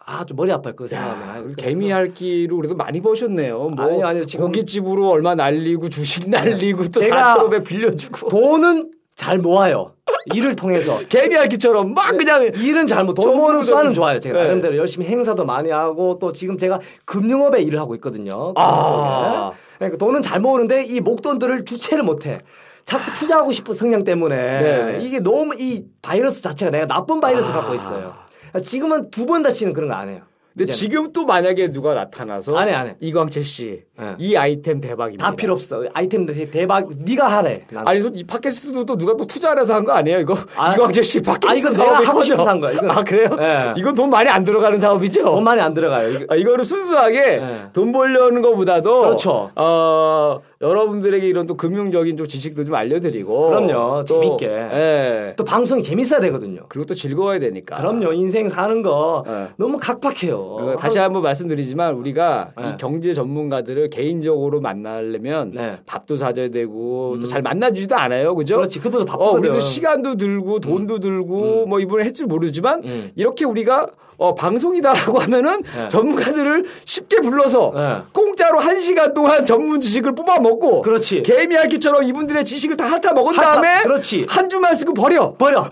S2: 아주 머리 아파요. 그
S3: 야,
S2: 생각하면.
S3: 개미 할기로 그래도 많이 버셨네요. 뭐
S2: 아니요, 아니요, 지금- 네.
S3: 고깃집으로 얼마 날리고 주식 날리고 또
S2: 제가-
S3: 4,500
S2: <laughs>
S3: 빌려주고
S2: 돈은 잘 모아요. 일을 통해서.
S3: 개미 할기처럼 막 아, 그냥
S2: 일은 잘못 돈
S3: 전부
S2: 모으는
S3: 다
S2: 수완은
S3: 그-
S2: 좋아요. 제가
S3: 네.
S2: 나름대로 열심히 행사도 많이 하고 또 지금 제가 금융업에 일을 하고 있거든요.
S3: 아.
S2: 금융 쪽에. 그러니까 돈은 잘 모으는데 이 목돈들을 주체를 못해. 자꾸 투자하고 싶은 성향 때문에
S3: 아. 네. 아.
S2: 이게 너무 이 바이러스 자체가 내가 나쁜 바이러스 갖고 있어요. 지금은 두 번 다시는 그런 거 안 해요.
S3: 근데
S2: 이제는.
S3: 지금 또 만약에 누가 나타나서
S2: 안 해, 안 해.
S3: 이광채 씨,
S2: 네.
S3: 이 아이템 대박입니다.
S2: 다 필요 없어. 아이템 대- 대박 네가 하래. 나는.
S3: 네. 아니 이 팟캐스트도 또 누가 또 투자를 해서 한 거 아니에요? 이거
S2: 아,
S3: 이광재 씨 팟캐스트
S2: 아, 이건
S3: 사업이
S2: 내가 하고
S3: 커져.
S2: 싶어서 한 거야, 이건.
S3: 아 그래요?
S2: 네.
S3: 이건 돈 많이 안 들어가는 사업이죠.
S2: 돈 많이 안 들어가요. 이거-
S3: 아, 이거를 순수하게
S2: 네.
S3: 돈 벌려는 것보다도
S2: 그렇죠.
S3: 어, 여러분들에게 이런 또 금융적인 좀 지식도 좀 알려드리고
S2: 그럼요.
S3: 또,
S2: 재밌게.
S3: 예.
S2: 또 방송이 재밌어야 되거든요.
S3: 그리고 또 즐거워야 되니까.
S2: 그럼요. 인생 사는 거
S3: 네.
S2: 너무 각박해요.
S3: 그러니까 다시 한번 말씀드리지만 우리가
S2: 네.
S3: 이 경제 전문가들을 개인적으로 만나려면
S2: 네. 음.
S3: 밥도 사줘야 되고 또 잘 만나주지도 않아요, 그죠?
S2: 그렇지. 그들도
S3: 어,
S2: 바쁘거든.
S3: 우리도 시간도 들고 돈도 들고 뭐 이번에 했줄 모르지만
S2: 음.
S3: 이렇게 우리가 어, 방송이다라고 하면은
S2: 네.
S3: 전문가들을 쉽게 불러서
S2: 네.
S3: 공짜로 한 시간 동안 전문 지식을 뽑아 먹고
S2: 그렇지.
S3: 개미핥기처럼 이분들의 지식을 다 핥아 먹은
S2: 핥아-
S3: 다음에
S2: 그렇지.
S3: 한 주만 쓰고 버려. <laughs>
S2: 버려.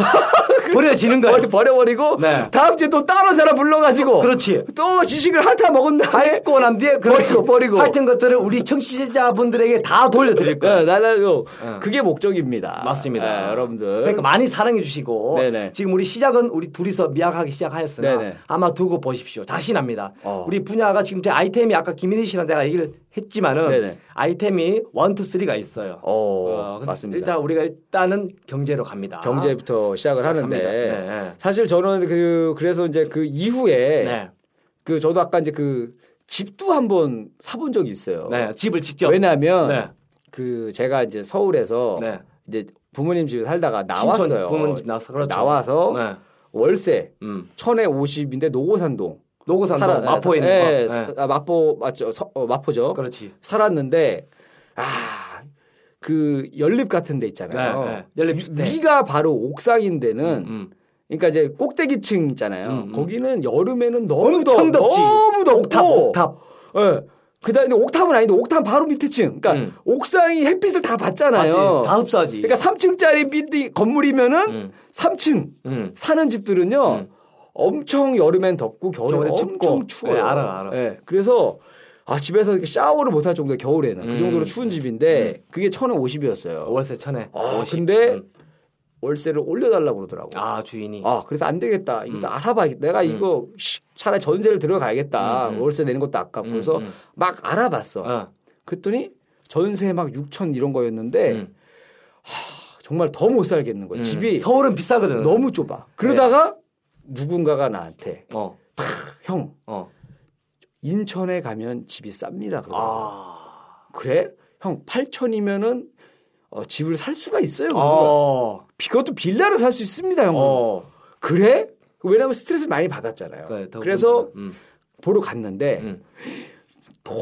S2: 버려지는 거야.
S3: 버려- 버려버리고
S2: 네.
S3: 다음 주에 또 다른 사람 불러가지고
S2: 그렇지.
S3: 또 지식을 핥아 먹은 다음에
S2: 고 난 뒤에
S3: 버리고, 버리고.
S2: 하여튼 것들을 우리 청취자분들에게 다 돌려드릴 거예요.
S3: 네, 나는
S2: 네.
S3: 그게 목적입니다. 네, 여러분들.
S2: 그러니까 많이 사랑해 주시고
S3: 네네.
S2: 지금 우리 시작은 우리 둘이서 미약하기 시작하였으나
S3: 네네.
S2: 아마 두고 보십시오. 자신합니다.
S3: 어.
S2: 우리 분야가 지금 제 아이템이 아까 김민희 씨랑 내가 얘기를 했지만은
S3: 네네.
S2: 아이템이 원, 투, 쓰리가 있어요.
S3: 어,
S2: 근데
S3: 맞습니다.
S2: 일단 우리가 일단은 경제로 갑니다.
S3: 경제부터 시작을 하는데
S2: 시작합니다. 네.
S3: 사실 저는 그 그래서 이제 그 이후에
S2: 네.
S3: 그 저도 아까 이제 그 집도 한번 사본 적이 있어요.
S2: 네. 집을 직접
S3: 왜냐하면
S2: 네.
S3: 그 제가 이제 서울에서
S2: 네.
S3: 이제 부모님 집에 살다가
S2: 신촌
S3: 나왔어요.
S2: 부모님 집 나와서 그렇죠.
S3: 나와서
S2: 네.
S3: 월세
S2: 음.
S3: 천에 50인데 노고산동
S2: 노고산 뭐
S3: 살아-
S2: 마포에 있는 거.
S3: 예,
S2: 네.
S3: 아, 마포 맞죠? 서- 어, 마포죠.
S2: 그렇지.
S3: 살았는데 아 그 연립 같은 데 있잖아요.
S2: 네, 네. 연립 주택.
S3: 위가 바로 옥상인 데는
S2: 음.
S3: 그러니까 이제 꼭대기층 있잖아요.
S2: 음, 음.
S3: 거기는 여름에는 너무 더
S2: 그 엄청 덥지.
S3: 너무 덥고
S2: 옥탑, 옥탑.
S3: 예. 그다음에 옥탑은 아닌데 옥탑 바로 밑에 층. 그러니까
S2: 음.
S3: 옥상이 햇빛을 다
S2: 맞지.
S3: 받잖아요.
S2: 다 흡사하지.
S3: 그러니까 3층짜리 빌딩 건물이면은
S2: 음.
S3: 삼 3층
S2: 음.
S3: 사는 집들은요
S2: 음.
S3: 엄청 여름엔 덥고 겨울에
S2: 겨울에
S3: 엄청
S2: 춥고.
S3: 추워요.
S2: 네, 알아, 알아.
S3: 예, 그래서 아 집에서 이렇게 샤워를 못 할 정도 겨울에는 그
S2: 음.
S3: 정도로 추운 집인데 그게 천에 오십이었어요.
S2: 월세 천에.
S3: 아,
S2: 50.
S3: 근데
S2: 음.
S3: 월세를 올려달라고 그러더라고. 요
S2: 아 주인이.
S3: 아 그래서 안 되겠다. 이거 또
S2: 음.
S3: 알아봐야겠다. 내가 이거 씨, 차라리 전세를 들어가야겠다.
S2: 음, 음.
S3: 월세 내는 것도 아깝고
S2: 음,
S3: 그래서
S2: 음.
S3: 막 알아봤어.
S2: 어.
S3: 그랬더니 전세 막 6천 이런 거였는데
S2: 음.
S3: 정말 더 못 살겠는 거야.
S2: 음.
S3: 집이
S2: 서울은 네. 비싸거든.
S3: 너무 좁아. 그러다가 누군가가 나한테
S2: 어.
S3: 형
S2: 어.
S3: 인천에 가면 집이 쌉니다. 그러더라고요.
S2: 아.
S3: 그래? 형 8천이면은 어, 집을 살 수가 있어요. 그러더라고요.
S2: 어.
S3: 그것도 빌라를 살 수 있습니다, 형.
S2: 아. 어.
S3: 그래? 왜냐하면 스트레스 많이 받았잖아요.
S2: 그러니까
S3: 그래서
S2: 더군다나. 음.
S3: 보러 갔는데
S2: 음.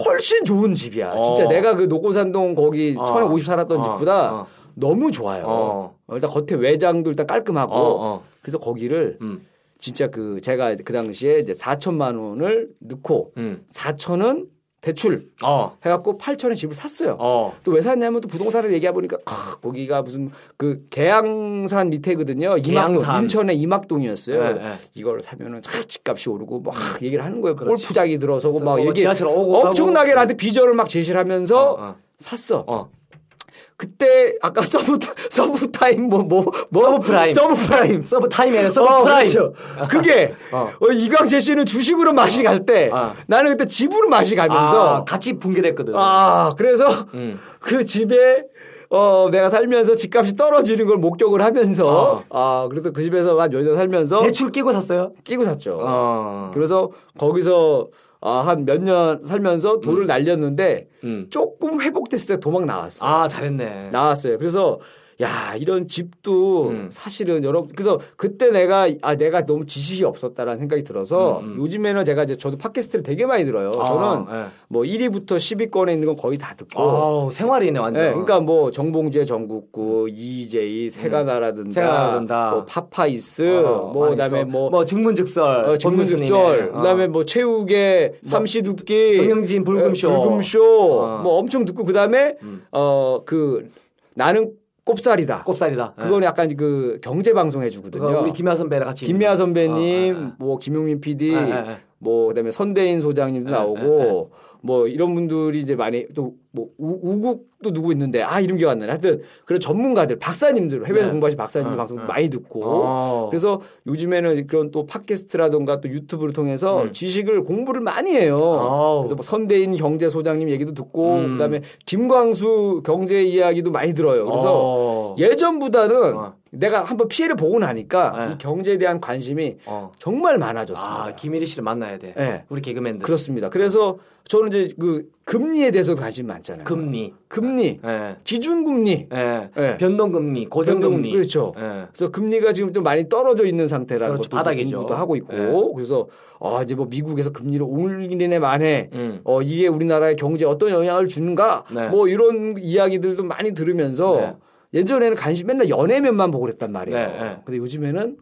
S3: 훨씬 좋은 집이야.
S2: 어.
S3: 진짜 내가 그 노고산동 거기
S2: 어.
S3: 1050 살았던
S2: 어.
S3: 집보다
S2: 어.
S3: 너무 좋아요.
S2: 어.
S3: 어, 일단 겉에 외장도 일단 깔끔하고
S2: 어, 어.
S3: 그래서 거기를
S2: 음.
S3: 진짜 그 제가 그 당시에 이제 4천만 원을 넣고
S2: 음.
S3: 4천은 대출
S2: 어.
S3: 해갖고 8천에 집을 샀어요.
S2: 어.
S3: 또 왜 샀냐면 또 부동산을 얘기해 보니까 아, 거기가 무슨 그 계양산 밑에거든요. 이막동
S2: 계양산.
S3: 인천의 이막동이었어요.
S2: 예, 예.
S3: 이걸 사면은 차 집값이 오르고 막 얘기를 하는 거예요.
S2: 음. 그렇죠. 그렇지.
S3: 골프장이 들어서고
S2: 뭐
S3: 막 얘기
S2: 지하철 오고 가고.
S3: 엄청나게 나한테 비전을 막 제시를 하면서
S2: 어, 어.
S3: 샀어.
S2: 어.
S3: 그때 아까 서브 서브 타임 뭐뭐 뭐,
S2: 서브프라임.
S3: 서브 프라임
S2: 서브 타임에
S3: 어,
S2: 서브 프라임.
S3: 그렇죠. 그게
S2: <laughs> 어.
S3: 어, 이광재 씨는 주식으로 맛이 갈 때
S2: 어.
S3: 나는 그때 집으로 맛이
S2: 아,
S3: 가면서
S2: 같이 붕괴됐거든.
S3: 아, 그래서
S2: 음.
S3: 그 집에 어 내가 살면서 집값이 떨어지는 걸 목격을 하면서
S2: 어.
S3: 아 그래서 그 집에서 한 몇 년 살면서
S2: 대출 끼고 샀어요?
S3: 끼고 샀죠.
S2: 어.
S3: 그래서 거기서 아, 한 몇 년 살면서 돈을 날렸는데
S2: 음.
S3: 조금 회복됐을 때 도망 나왔어.
S2: 아, 잘했네.
S3: 나왔어요. 그래서 야 이런 집도
S2: 음.
S3: 사실은 여러 그래서 그때 내가 아 내가 너무 지식이 없었다라는 생각이 들어서
S2: 음, 음.
S3: 요즘에는 제가 이제 저도 팟캐스트를 되게 많이 들어요.
S2: 아,
S3: 저는
S2: 예.
S3: 뭐 1위부터 10위권에 있는 건 거의 다 듣고
S2: 아우, 생활이네, 완전.
S3: 네, 그러니까 뭐 정봉주의 전국구, 이재희, 세가나라든가,
S2: 세가나라든가.
S3: 뭐 파파이스,
S2: 어,
S3: 뭐 그다음에 뭐,
S2: 뭐 증문즉설,
S3: 어, 전문직절,
S2: 본문스님의,
S3: 그다음에 뭐 체육의 삼시두끼,
S2: 정영진 불금쇼.
S3: 어, 불금쇼,
S2: 어.
S3: 뭐 엄청 듣고 그다음에
S2: 음.
S3: 어 그 나는 꼽살이다.
S2: 어, 꼽살이다.
S3: 그건 약간 그 경제 방송 해주거든요.
S2: 그거 우리 김야 선배랑 같이
S3: 김미아 선배님,
S2: 어, 어, 어.
S3: 뭐 김용민 PD,
S2: 예, 예, 예.
S3: 뭐 그다음에 선대인 소장님도
S2: 예,
S3: 나오고 뭐 이런 분들이 이제 많이 또 뭐 우국도 누구 있는데 아 이름 기억 안 나네. 하여튼 그런 전문가들, 박사님들 해외에서
S2: 네.
S3: 공부하신 박사님들
S2: 예,
S3: 방송 도
S2: 예.
S3: 많이 듣고
S2: 어.
S3: 뭐? 그래서 요즘에는 그런 또 팟캐스트라던가 또 유튜브를 통해서
S2: 음.
S3: 지식을 공부를 많이 해요.
S2: 아우.
S3: 그래서 뭐 선대인 경제 소장님 얘기도 듣고
S2: 음.
S3: 그다음에 김광수 경제 이야기도 많이 들어요. 뭐, 그래서
S2: 어.
S3: 예전보다는
S2: 어.
S3: 내가 한번 피해를 보고 나니까
S2: 네.
S3: 이 경제에 대한 관심이
S2: 어.
S3: 정말 많아졌습니다.
S2: 아, 김일희 씨를 만나야 돼.
S3: 예.
S2: 우리 개그맨들.
S3: 그렇습니다. 그래서 저는 이제 그 금리에 대해서 관심 이 많잖아요.
S2: 금리.
S3: 금리,
S2: 예.
S3: 기준금리,
S2: 예.
S3: 예.
S2: 변동금리, 고정금리.
S3: 그렇죠.
S2: 예.
S3: 그래서 금리가 지금 좀 많이 떨어져 있는 상태라는
S2: 그렇죠.
S3: 것도
S2: 바닥이죠.
S3: 공부도 하고 있고
S2: 예.
S3: 그래서 아 이제 뭐 미국에서 금리를 올리네 만에
S2: 음.
S3: 어 이게 우리나라의 경제에 어떤 영향을 주는가
S2: 네.
S3: 뭐 이런 이야기들도 많이 들으면서
S2: 네.
S3: 예전에는 관심 맨날 연애면만 보고 그랬단 말이에요.
S2: 네, 네.
S3: 근데 요즘에는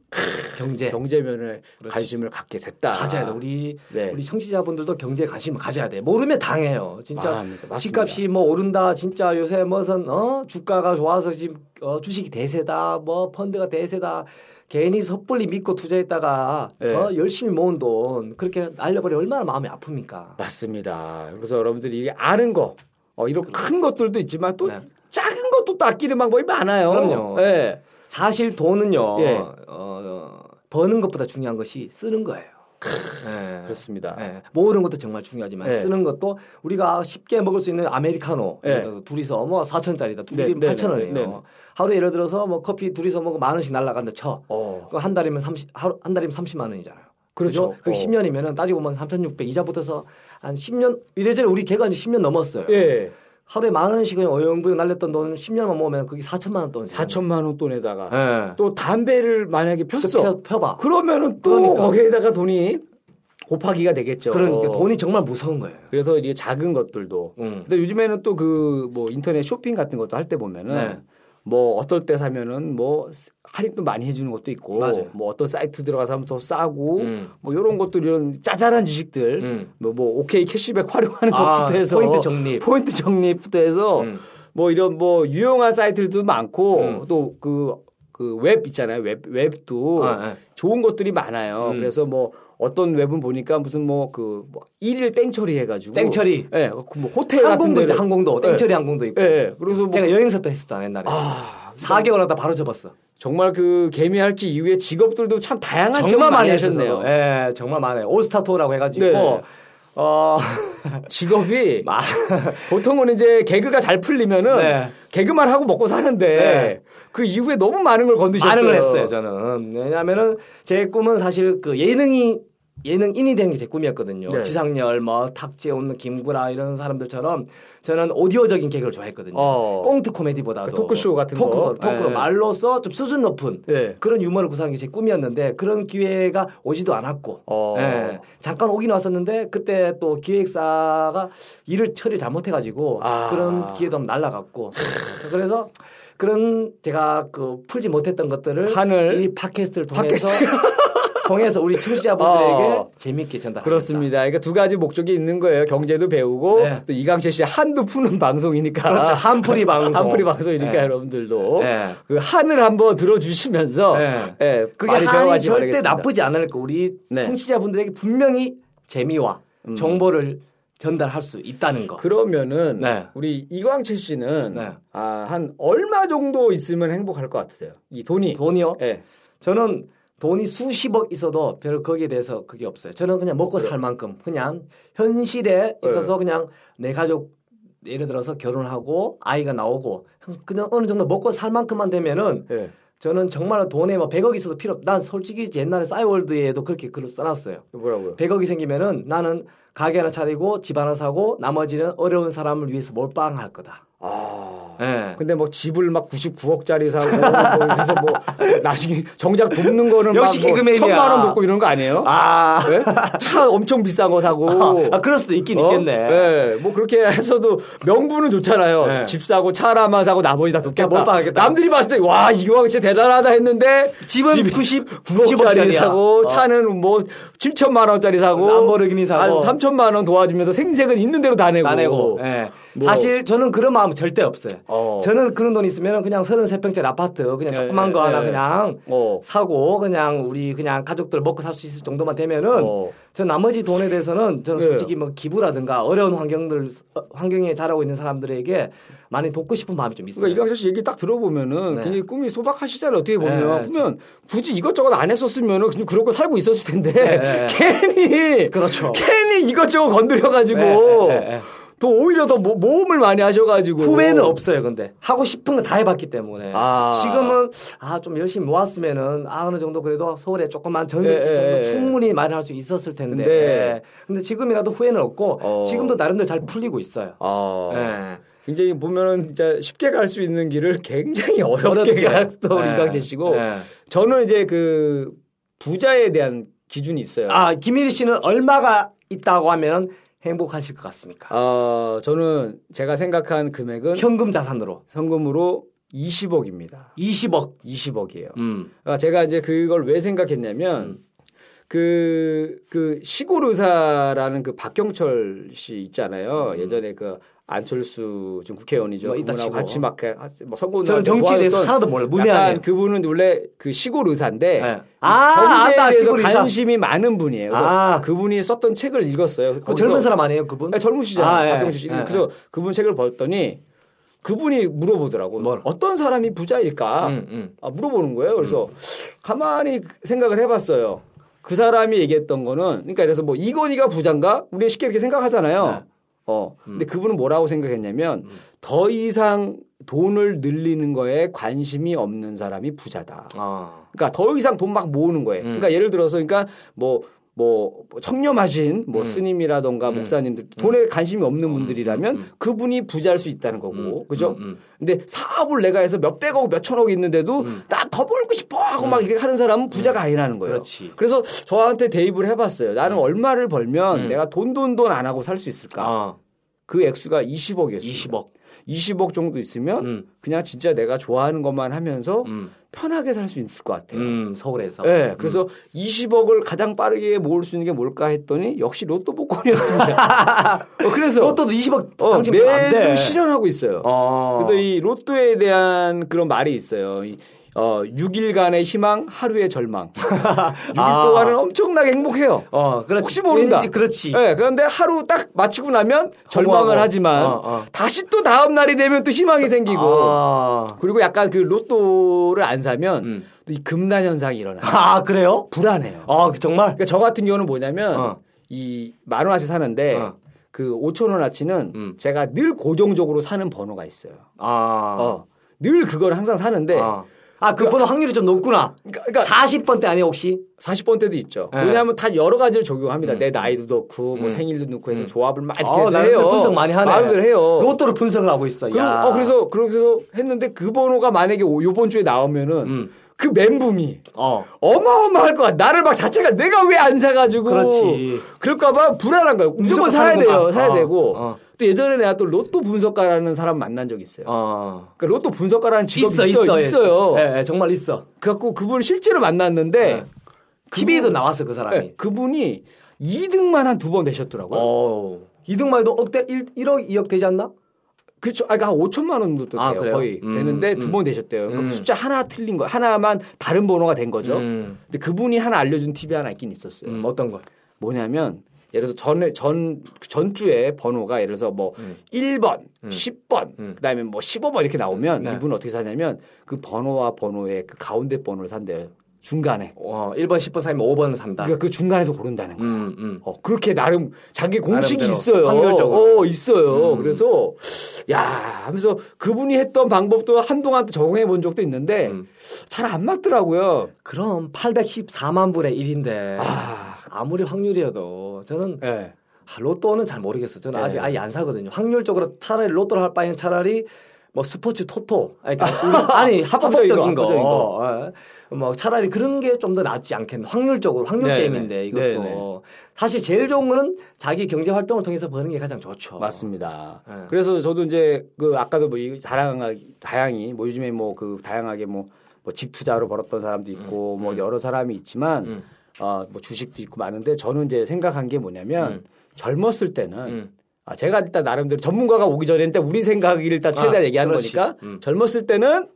S2: 경제.
S3: 경제면에
S2: 그렇지.
S3: 관심을 갖게 됐다.
S2: 가져야 돼. 우리
S3: 네.
S2: 우리 청취자분들도 경제에 관심을 가져야 돼. 모르면 당해요. 진짜
S3: 아, 맞습니다. 맞습니다.
S2: 집값이 뭐 오른다. 진짜 요새 무슨 어 주가가 좋아서 지금 어, 주식이 대세다. 뭐 펀드가 대세다. 괜히 섣불리 믿고 투자했다가
S3: 네.
S2: 어, 열심히 모은 돈 그렇게 날려버리면 얼마나 마음이 아픕니까?
S3: 맞습니다. 그래서 여러분들이 이게 아는 거, 어, 이런 큰 것들도 있지만 또
S2: 네.
S3: 작은 것도 또 아끼는 방법이 많아요.
S2: 그럼요. 네.
S3: 예.
S2: 사실 돈은요.
S3: 예.
S2: 어, 어, 버는 것보다 중요한 것이 쓰는 거예요. 예.
S3: 그렇습니다.
S2: 예, 모으는 것도 정말 중요하지만
S3: 예.
S2: 쓰는 것도 우리가 쉽게 먹을 수 있는 아메리카노
S3: 예.
S2: 예를 들어서 둘이서 뭐 4천짜리다 둘이
S3: 네,
S2: 8천
S3: 네, 네, 네, 네.
S2: 원이에요. 하루 에 예를 들어서 뭐 커피 둘이서 먹고 만 원씩 날라간다 쳐.
S3: 어.
S2: 그한 달이면 30 하루 한 달이면 30만 원이잖아요.
S3: 그렇죠.
S2: 그
S3: 어.
S2: 10년이면은 따지고 보면 3,600 이자 붙어서 한 10년 이래저래 우리 개가 이제 10년 넘었어요.
S3: 예.
S2: 하루에 만 원씩 그냥 어영부영 날렸던 돈 10년만 모으면 그게 4천만 원 돈.
S3: 4천만 원 돈에다가
S2: 예.
S3: 또 담배를 만약에 폈어.
S2: 펴, 펴봐.
S3: 그러면은 또
S2: 그러니까.
S3: 거기에다가 돈이 곱하기가 되겠죠.
S2: 그러니까 돈이 정말 무서운 거예요.
S3: 그래서 이게 작은 것들도.
S2: 음.
S3: 근데 요즘에는 또 그 뭐 인터넷 쇼핑 같은 것도 할 때 보면은
S2: 네.
S3: 뭐 어떨 때 사면은 뭐 할인도 많이 해주는 것도 있고
S2: 맞아요.
S3: 뭐 어떤 사이트 들어가서 하면 더 싸고
S2: 음.
S3: 뭐 이런 것들 이런 짜잘한 지식들
S2: 음.
S3: 뭐, 뭐 오케이 캐시백 활용하는
S2: 아,
S3: 것부터 해서
S2: 포인트 적립.
S3: <laughs> 포인트 적립부터 해서
S2: 음.
S3: 뭐 이런 뭐 유용한 사이트들도 많고
S2: 음.
S3: 또 그 그 웹 있잖아요 웹 웹도
S2: 아, 네.
S3: 좋은 것들이 많아요.
S2: 음.
S3: 그래서 뭐 어떤 웹은 보니까 무슨 뭐 그 뭐 일일 땡처리 해가지고
S2: 땡처리.
S3: 예, 뭐 호텔 같은
S2: 항공도
S3: 데
S2: 이제 항공도 땡처리 항공도 있고.
S3: 예, 예. 그래서 뭐
S2: 제가 여행사도 했었잖아 옛날에.
S3: 아,
S2: 4개월 하다 바로 접었어.
S3: 정말 그 개미핥기 이후에 직업들도 참 다양한 직업
S2: 정말 많이
S3: 하셨네요.
S2: 했었어요. 예, 정말 많아요. 올스타 투어라고 해가지고
S3: 네. <laughs>
S2: 어,
S3: 예.
S2: <laughs>
S3: 직업이
S2: 마-
S3: 보통은 이제 개그가 잘 풀리면은
S2: 네.
S3: 개그만 하고 먹고 사는데
S2: 네.
S3: 그 이후에 너무 많은 걸 건드셨어요.
S2: 반응을 했어요 저는 왜냐하면은 제 꿈은 사실 그 예능이 예능인이 되는 게 제 꿈이었거든요
S3: 네.
S2: 지상렬 뭐 탁재훈 김구라 이런 사람들처럼 저는 오디오적인 개그를 좋아했거든요
S3: 어.
S2: 꽁트 코미디보다도
S3: 그 토크쇼 같은
S2: 토크,
S3: 거.
S2: 토크로
S3: 네.
S2: 말로써 좀 수준 높은
S3: 네.
S2: 그런 유머를 구사하는 게 제 꿈이었는데 그런 기회가 오지도 않았고
S3: 어.
S2: 예, 잠깐 오긴 왔었는데 그때 또 기획사가 일을 처리 잘못해가지고
S3: 아.
S2: 그런 기회도 한번 날라갔고 그래서 그런 제가 그 풀지 못했던 것들을
S3: 한을
S2: 이 팟캐스트를 통해서 <laughs> 통해서 우리 청취자분들에게
S3: 어.
S2: 재밌게 전달합니다.
S3: 그렇습니다. 그러니까 두 가지 목적이 있는 거예요. 경제도 배우고
S2: 네.
S3: 또 이강철 씨 한도 푸는 방송이니까.
S2: 그렇죠. 한풀이 방송.
S3: 한풀이 방송이니까
S2: 네.
S3: 여러분들도
S2: 네.
S3: 그 한을 한번 들어주시면서
S2: 네.
S3: 예,
S2: 그게
S3: 많이
S2: 한이
S3: 배워가시기
S2: 절대
S3: 바라겠습니다.
S2: 나쁘지 않을 거 우리
S3: 네. 음.
S2: 청취자분들에게 분명히 재미와 정보를 전달할 수 있다는 거.
S3: 그러면은
S2: 네.
S3: 우리 이광철 씨는
S2: 네.
S3: 아, 한 얼마 정도 있으면 행복할 것 같으세요? 이 돈이.
S2: 돈이요?
S3: 예.
S2: 저는 돈이 수십억 있어도 별 거기에 대해서 그게 없어요. 저는 그냥 먹고 살 만큼 그냥 현실에
S3: 예.
S2: 있어서 그냥 내 가족 예를 들어서 결혼하고 아이가 나오고 그냥 어느 정도 먹고 살 만큼만 되면은
S3: 예.
S2: 저는 정말 돈에 뭐 100억 있어도 필요 없. 난 솔직히 옛날에 싸이월드에도 그렇게 글을 써놨어요.
S3: 뭐라고요?
S2: 100억이 생기면은 나는 가게 하나 차리고 집 하나 사고 나머지는 어려운 사람을 위해서 몰빵할 거다.
S3: 아.
S2: 예.
S3: 근데 뭐 집을 막 99억짜리 사고 뭐 그래서 뭐 나중에 정작 돕는 거는
S2: 역시
S3: 막뭐
S2: 개그맨이야.
S3: 천만 원 돕고 이런 거 아니에요?
S2: 아,
S3: 예? 차 엄청 비싼 거 사고.
S2: 아 그럴 수도 있긴
S3: 어?
S2: 있겠네.
S3: 예, 뭐 그렇게 해서도 명분은 좋잖아요.
S2: 네. 그러니까
S3: 집 사고 차라만 사고 나머지 다 돕겠다.
S2: 못 봐야겠다.
S3: 남들이 봤을 때 와 이왕 진짜 대단하다 했는데
S2: 집은
S3: 집이
S2: 90,
S3: 9억짜리
S2: 90억짜리야.
S3: 사고
S2: 어.
S3: 차는 뭐 7천만 원짜리 사고
S2: 람보르기니 사고.
S3: 한 3천만 원 도와주면서 생색은 있는 대로 다 내고.
S2: 다 내고. 예.
S3: 뭐.
S2: 사실 저는 그런 마음 절대 없어요.
S3: 어.
S2: 저는 그런 돈 있으면 그냥 33평짜리 아파트 그냥
S3: 예,
S2: 조그만 거
S3: 예,
S2: 하나
S3: 예.
S2: 그냥
S3: 어.
S2: 사고 그냥 우리 그냥 가족들 먹고 살 수 있을 정도만 되면은
S3: 어.
S2: 저 나머지 돈에 대해서는 저는
S3: 예.
S2: 솔직히 뭐 기부라든가 어려운 환경들 어, 환경에 자라고 있는 사람들에게 많이 돕고 싶은 마음이 좀 있어요.
S3: 그러니까 이광철 씨 얘기 딱 들어보면은
S2: 네.
S3: 굉장히 꿈이 소박하시잖아요. 어떻게 보면
S2: 네.
S3: 보면 굳이 이것저것 안 했었으면은 그냥 그러고 살고 있었을 텐데
S2: 네.
S3: 괜히
S2: 그렇죠.
S3: 괜히 이것저것 건드려가지고
S2: 네, 네, 네, 네.
S3: 또 오히려 더 모, 모험을 많이 하셔가지고
S2: 후회는 없어요, 근데. 하고 싶은 거 다 해봤기 때문에.
S3: 뭐 네. 아.
S2: 지금은, 아, 좀 열심히 모았으면은, 아, 어느 정도 그래도 서울에 조그만
S3: 예,
S2: 전세집 정도
S3: 예, 예.
S2: 충분히 마련할 수 있었을 텐데.
S3: 근데-
S2: 근데 지금이라도 후회는 없고,
S3: 어.
S2: 지금도 나름대로 잘 풀리고 있어요.
S3: 아,
S2: 예.
S3: 굉장히 보면은 진짜 쉽게 갈 수 있는 길을 굉장히 어렵게
S2: 어렵게.
S3: 갔던 우리
S2: 네.
S3: 이광철 씨고
S2: 네.
S3: 저는 이제 그 부자에 대한 기준이 있어요.
S2: 아, 김일희 씨는 얼마가 있다고 하면 행복하실 것 같습니까?
S3: 아, 저는 제가 생각한 금액은
S2: 현금 자산으로
S3: 현금으로 20억입니다.
S2: 20억.
S3: 20억이에요. 그러니까
S2: 음.
S3: 제가 이제 그걸 왜 생각했냐면 그, 그 시골 의사라는 그 박경철 씨 있잖아요. 예전에 그 안철수 지금 국회의원이죠.
S2: 음. 뭐 이따
S3: 그분하고
S2: 치고.
S3: 같이 막 해- 뭐 선거
S2: 저는
S3: 운동할 때
S2: 정치에 대해서
S3: 도와줬던
S2: 하나도 몰라요.
S3: 약간
S2: 문외한이에요.
S3: 그분은 원래 그 시골 의사인데
S2: 네.
S3: 아,
S2: 아,
S3: 경제에
S2: 아따,
S3: 대해서
S2: 시골 의사.
S3: 관심이 많은 분이에요. 그래서
S2: 아.
S3: 그분이 썼던 책을 읽었어요.
S2: 그
S3: 거기서-
S2: 젊은 사람 아니에요, 그분?
S3: 네, 젊으시잖아요.
S2: 아, 예.
S3: 박경철 씨.
S2: 예,
S3: 그래서 그분 책을 봤더니 그분이 물어보더라고.
S2: 뭐라?
S3: 어떤 사람이 부자일까?
S2: 음, 음.
S3: 아, 물어보는 거예요. 그래서 가만히 생각을 해봤어요. 그 사람이 얘기했던 거는 그러니까 그래서 뭐 이건희가 부자인가? 우리는 쉽게 이렇게 생각하잖아요.
S2: 네.
S3: 어. 근데 그분은 뭐라고 생각했냐면 더 이상 돈을 늘리는 거에 관심이 없는 사람이 부자다.
S2: 아.
S3: 그러니까 더 이상 돈 막 모으는 거예요. 그러니까 예를 들어서 그러니까 뭐, 뭐 청렴하신 뭐 스님이라던가 목사님들 돈에 관심이 없는 분들이라면 그분이 부자일 수 있다는
S2: 음,
S3: 거고. 그죠? 근데 사업을 내가 해서 몇백억 몇천억 있는데도
S2: 음.
S3: 나 더 벌고 싶어 하고 막 이렇게 하는 사람은 부자가 아니라는 거예요.
S2: 그렇지. 음.
S3: 래서 저한테 대입을 해 봤어요. 나는 얼마를 벌면 내가 돈 돈 돈 안 하고 살 수 있을까?
S2: 아.
S3: 그 액수가 20억이었어요.
S2: 20억.
S3: 20억 정도 있으면
S2: 음.
S3: 그냥 진짜 내가 좋아하는 것만 하면서
S2: 음.
S3: 편하게 살 수 있을 것 같아요.
S2: 음, 서울에서.
S3: 예, 그래서 20억을 가장 빠르게 모을 수 있는 게 뭘까 했더니 역시 로또 복권이었습니다.
S2: <laughs>
S3: 어, 그래서
S2: 로또도 20억
S3: 어,
S2: 당첨이 안 돼.
S3: 매주 실현하고 있어요.
S2: 어.
S3: 그래서 이 로또에 대한 그런 말이 있어요. 이, 어, 6일간의 희망, 하루의
S2: <laughs>
S3: 절망. 6일
S2: 아.
S3: 동안은 엄청나게 행복해요.
S2: 어, 그렇지.
S3: 혹시 모른다.
S2: 왠지 그렇지.
S3: 예, 그런데 하루 딱 마치고 나면 절망을
S2: 허무하고.
S3: 하지만
S2: 어, 어.
S3: 다시 또 다음 날이 되면 또 희망이 생기고
S2: 아.
S3: 그리고 약간 그 로또를 안 사면
S2: 음.
S3: 또 이 금단 현상이 일어나요.
S2: 아, 그래요?
S3: 불안해요.
S2: 아, 그 정말?
S3: 그러니까 저 같은 경우는 뭐냐면
S2: 어.
S3: 이 만 원어치 사는데
S2: 어.
S3: 그 5천 원어치는
S2: 음.
S3: 제가 늘 고정적으로 사는 번호가 있어요.
S2: 아.
S3: 어. 네. 늘 그걸 항상 사는데
S2: 아. 아, 그보다 확률이 좀 높구나.
S3: 그러니까, 그러니까
S2: 40번 대 아니에요, 혹시?
S3: 40번대도 있죠.
S2: 네.
S3: 왜냐하면 다 여러 가지를 적용합니다.
S2: 음.
S3: 내 나이도 넣고 뭐
S2: 음.
S3: 생일도 넣고 해서
S2: 음.
S3: 조합을 막 이렇게
S2: 어, 나름대로
S3: 해요.
S2: 분석 많이 하네.
S3: 나름대로 해요.
S2: 로또를 분석을 하고 있어.
S3: 그리고,
S2: 야.
S3: 어, 그래서 그래서 했는데 그 번호가 만약에 오- 요번 주에 나오면은
S2: 음.
S3: 그 멘붕이
S2: 어.
S3: 어마어마할 것 같아. 나를 막 자체가 내가 왜 안 사가지고
S2: 그렇지.
S3: 그럴까봐 불안한 거예요. 아, 무조건
S2: 무조건
S3: 사야
S2: 사는
S3: 돼요.
S2: 것만.
S3: 사야
S2: 어,
S3: 되고
S2: 어.
S3: 또 예전에 내가 또 로또 분석가라는 사람 만난 적이 있어요.
S2: 어.
S3: 그러니까 로또 분석가라는 직업이
S2: 있어,
S3: 있어, 네.
S2: 있어,
S3: 요
S2: 예, 예, 정말 있어.
S3: 그래갖고 그분을 실제로 만났는데
S2: 네. TV에도 나왔어, 그 사람이.
S3: 네, 그분이 2등만 한 두 번 되셨더라고요.
S2: 어. 2등만 해도 억대 1, 1억, 2억 되지 않나?
S3: 그렇죠. 아, 그러니까 한 5천만 원도 돼요.
S2: 아, 그래요?
S3: 거의
S2: 음,
S3: 되는데
S2: 음.
S3: 두 번 되셨대요. 그러니까
S2: 음.
S3: 숫자 하나 틀린 거, 하나만 다른 번호가 된 거죠.
S2: 음.
S3: 근데 그분이 하나 알려준 팁이 하나 있긴 있었어요.
S2: 음, 어떤 거?
S3: 뭐냐면 예를 들어서 전에 전 전주에 번호가 예를 들어서 뭐
S2: 음.
S3: 1번,
S2: 음.
S3: 10번,
S2: 음.
S3: 그다음에 뭐 15번 이렇게 나오면
S2: 네.
S3: 이분은 어떻게 사냐면 그 번호와 번호의 그 가운데 번호를 산대요. 중간에.
S2: 어, 1번, 10번 사면 5번을 산다.
S3: 그러니까 그 중간에서 고른다는 거예요.
S2: 음, 음.
S3: 어, 그렇게 나름 자기 공식이
S2: 나름대로
S3: 있어요.
S2: 확률적으로.
S3: 어, 있어요.
S2: 음.
S3: 그래서 야 하면서 그분이 했던 방법도 한동안 또 적용해 본 적도 있는데
S2: 음.
S3: 잘 안 맞더라고요.
S2: 그럼 814만 분의 1인데
S3: 아,
S2: 아무리 확률이어도 저는
S3: 예.
S2: 아, 로또는 잘 모르겠어. 저는
S3: 네.
S2: 아직 아예 안 사거든요. 확률적으로 차라리 로또를 할 바에는 차라리 뭐 스포츠 토토
S3: <laughs>
S2: 아니, 그러니까 아니 합법적인
S3: 합법적인 거,
S2: 거,
S3: 합법적인 거.
S2: 어, 어. 뭐 차라리 그런 게 좀 더 낫지 않겠나 확률적으로 확률
S3: 네,
S2: 게임인데
S3: 네.
S2: 이것도
S3: 네, 네.
S2: 사실 제일 좋은 거는 자기 경제 활동을 통해서 버는 게 가장 좋죠
S3: 맞습니다.
S2: 어. 네.
S3: 그래서 저도 이제 그 아까도 뭐 이 다양하게 다양히 뭐 요즘에 뭐 그 다양하게 뭐 뭐 집 투자로 벌었던 사람도 있고 뭐 여러 사람이 있지만
S2: 음.
S3: 어, 뭐 주식도 있고 많은데 저는 이제 생각한 게 뭐냐면
S2: 음.
S3: 젊었을 때는
S2: 음.
S3: 아, 제가 일단 나름대로 전문가가 오기 전에 일단 우리 생각을 일단 최대한
S2: 아,
S3: 얘기하는
S2: 그렇지.
S3: 거니까
S2: 음.
S3: 젊었을 때는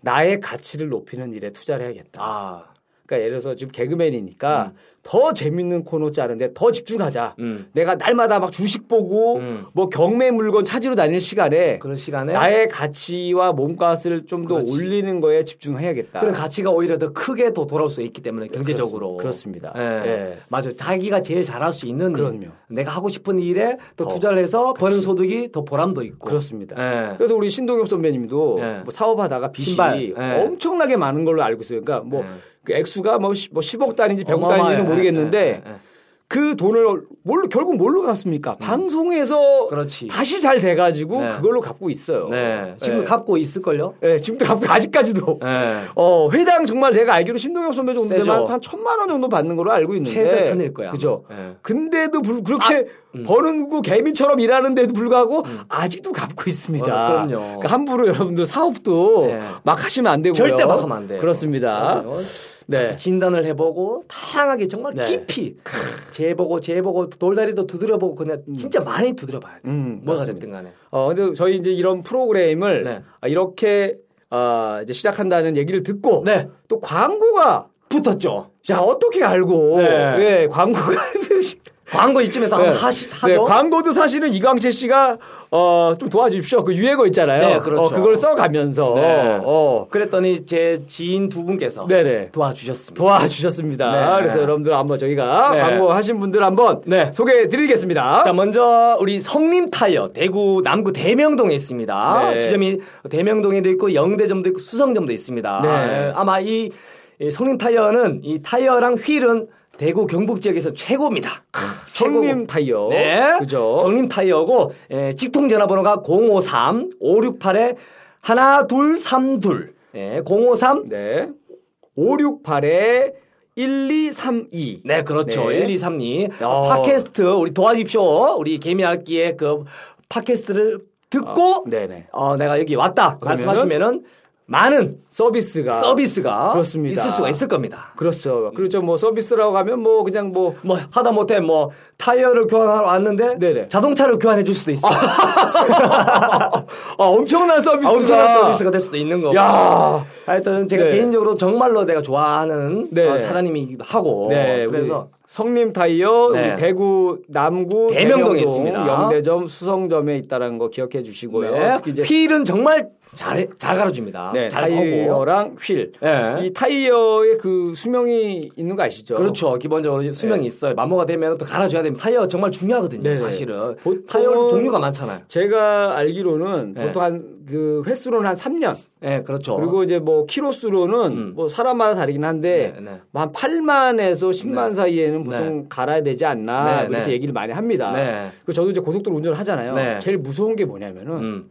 S3: 나의 가치를 높이는 일에 투자를 해야겠다.
S2: 아
S3: 그러니까 예를 들어서 지금 개그맨이니까 더 재밌는 코너 짜는데 더 집중하자.
S2: 음.
S3: 내가 날마다 막 주식 보고
S2: 음.
S3: 뭐 경매 물건 찾으러 다닐 시간에
S2: 그런 시간에
S3: 아, 나의 가치와 몸값을 좀 더
S2: 그렇지.
S3: 올리는 거에 집중해야겠다.
S2: 그런 가치가 오히려 더 크게 더 돌아올 수 있기 때문에 경제적으로
S3: 네, 그렇습니다.
S2: 예.
S3: 예.
S2: 맞아 자기가 제일 잘할 수 있는
S3: 그럼요.
S2: 내가 하고 싶은 일에 또
S3: 어,
S2: 투자를 해서 버는 소득이 더 보람도 있고
S3: 그렇습니다.
S2: 예.
S3: 그래서 우리 신동엽 선배님도
S2: 예.
S3: 뭐 사업하다가 빚이
S2: 신발, 예.
S3: 엄청나게 많은 걸로 알고 있어요. 그러니까 뭐
S2: 예.
S3: 그 액수가 뭐, 10, 뭐 10억 단인지 100억
S2: 어마어마해.
S3: 단인지는 모르겠는데
S2: 예, 예, 예.
S3: 그 돈을 뭘로 결국 뭘로 갚습니까? 방송에서
S2: 음. 그렇지.
S3: 다시 잘 돼가지고
S2: 네.
S3: 그걸로 갚고 있어요.
S2: 네. 지금도
S3: 예.
S2: 갚고 있을걸요?
S3: 예, 지금도 갚고 <laughs> 아직까지도.
S2: 예.
S3: 어 회당 정말 내가 알기로 신동엽 선배 정도만
S2: 세죠.
S3: 한 천만 원 정도 받는 걸로 알고 있는데
S2: 최저 천일 거야.
S3: 그죠?
S2: 예.
S3: 근데도 불,
S2: 아,
S3: 그렇게
S2: 음.
S3: 버는 거 개미처럼 일하는데도 불구하고 아직도 갚고 있습니다.
S2: 어, 그럼요.
S3: 그러니까 함부로 여러분들 사업도
S2: 네.
S3: 막 하시면 안 되고요.
S2: 절대 막 하면 안 돼요.
S3: 그렇습니다.
S2: 그럼요.
S3: 네.
S2: 진단을 해보고 다양하게 정말
S3: 네.
S2: 깊이 재보고 재보고 돌다리도 두드려보고 그냥 진짜 많이 두드려봐야 돼.
S3: 음,
S2: 뭐가
S3: 맞습니다.
S2: 됐든 간에.
S3: 어 근데 저희 이제 이런 프로그램을
S2: 네.
S3: 아, 이렇게 아 이제 시작한다는 얘기를 듣고
S2: 네.
S3: 또 광고가
S2: 붙었죠.
S3: 야 어떻게 알고
S2: 네.
S3: 예, 광고가 <laughs>
S2: 광고 이쯤에서
S3: 네.
S2: 한번 하시, 하죠.
S3: 네, 광고도 사실은 이광채 씨가 어, 좀 도와주십시오. 그 유행어 있잖아요.
S2: 네, 그렇죠.
S3: 어, 그걸 써가면서
S2: 네.
S3: 어,
S2: 그랬더니 제 지인 두 분께서
S3: 네네.
S2: 도와주셨습니다.
S3: 도와주셨습니다.
S2: 네.
S3: 그래서 여러분들 한번 저희가
S2: 네.
S3: 광고 하신 분들 한번
S2: 네.
S3: 소개해드리겠습니다.
S2: 자, 먼저 우리 성림 타이어 대구 남구 대명동에 있습니다.
S3: 네.
S2: 지점이 대명동에도 있고 영대점도 있고 수성점도 있습니다.
S3: 네.
S2: 예, 아마 이, 이 성림 타이어는 이 타이어랑 휠은 대구 경북 지역에서 최고입니다. 최고고.
S3: 아, 성림 타이어.
S2: 네.
S3: 그죠.
S2: 성림 타이어고 예, 직통 전화번호가 053 568에 하나 둘3둘 예, 053
S3: 네. 568에 1232.
S2: 네, 그렇죠.
S3: 네.
S2: 1, 2, 3, 2.
S3: 어.
S2: 팟캐스트 우리 도와주십시오. 우리 개미알기의 그 팟캐스트를 듣고
S3: 어, 네네. 아,
S2: 어, 내가 여기 왔다
S3: 그러면은
S2: 말씀하시면은 많은
S3: 서비스가.
S2: 서비스가
S3: 그렇습니다.
S2: 있을 수가 있을 겁니다.
S3: 그렇죠. 그렇죠. 뭐 서비스라고 하면 뭐 그냥 뭐
S2: 뭐 하다 못해 뭐 타이어를 교환하러 왔는데
S3: 네네.
S2: 자동차를 교환해 줄 수도
S3: <laughs>
S2: 있어. 요
S3: 아, 엄청난 서비스가.
S2: 엄청난 서비스가 될 수도 있는 거고.
S3: 야.
S2: 하여튼 제가
S3: 네.
S2: 개인적으로 정말로 내가 좋아하는
S3: 네.
S2: 어, 사장님이기도 하고.
S3: 네,
S2: 그래서
S3: 그래서 성림 타이어
S2: 네.
S3: 우리 대구 남구
S2: 대명동에
S3: 대명동,
S2: 있습니다.
S3: 영대점 수성점에 있다라는 거 기억해 주시고요.
S2: 네.
S3: 어, 특히 이제
S2: 휠은 정말 잘, 잘 가르줍니다.
S3: 네,
S2: 잘 하고.
S3: 타이어랑 휠.
S2: 아, 예.
S3: 이 타이어의 그 수명이 있는 거 아시죠?
S2: 그렇죠. 기본적으로 수명이
S3: 네.
S2: 있어요. 마모가 되면 또 갈아줘야 됩니다. 타이어 정말 중요하거든요.
S3: 네네.
S2: 사실은.
S3: 보통은-
S2: 타이어도 종류가 많잖아요.
S3: 제가 알기로는
S2: 네.
S3: 보통 한 그 횟수로는 한 3년.
S2: 예, 그렇죠.
S3: 그리고 이제 뭐 키로수로는
S2: 음.
S3: 뭐 사람마다 다르긴 한데
S2: 네, 네.
S3: 뭐한 8만에서 10만
S2: 네.
S3: 사이에는 보통 갈아야 되지 않나
S2: 네,
S3: 뭐 이렇게
S2: 네.
S3: 얘기를 많이 합니다.
S2: 네.
S3: 그 저도 이제 고속도로 운전을 하잖아요.
S2: 네.
S3: 제일 무서운 게 뭐냐면은
S2: 음.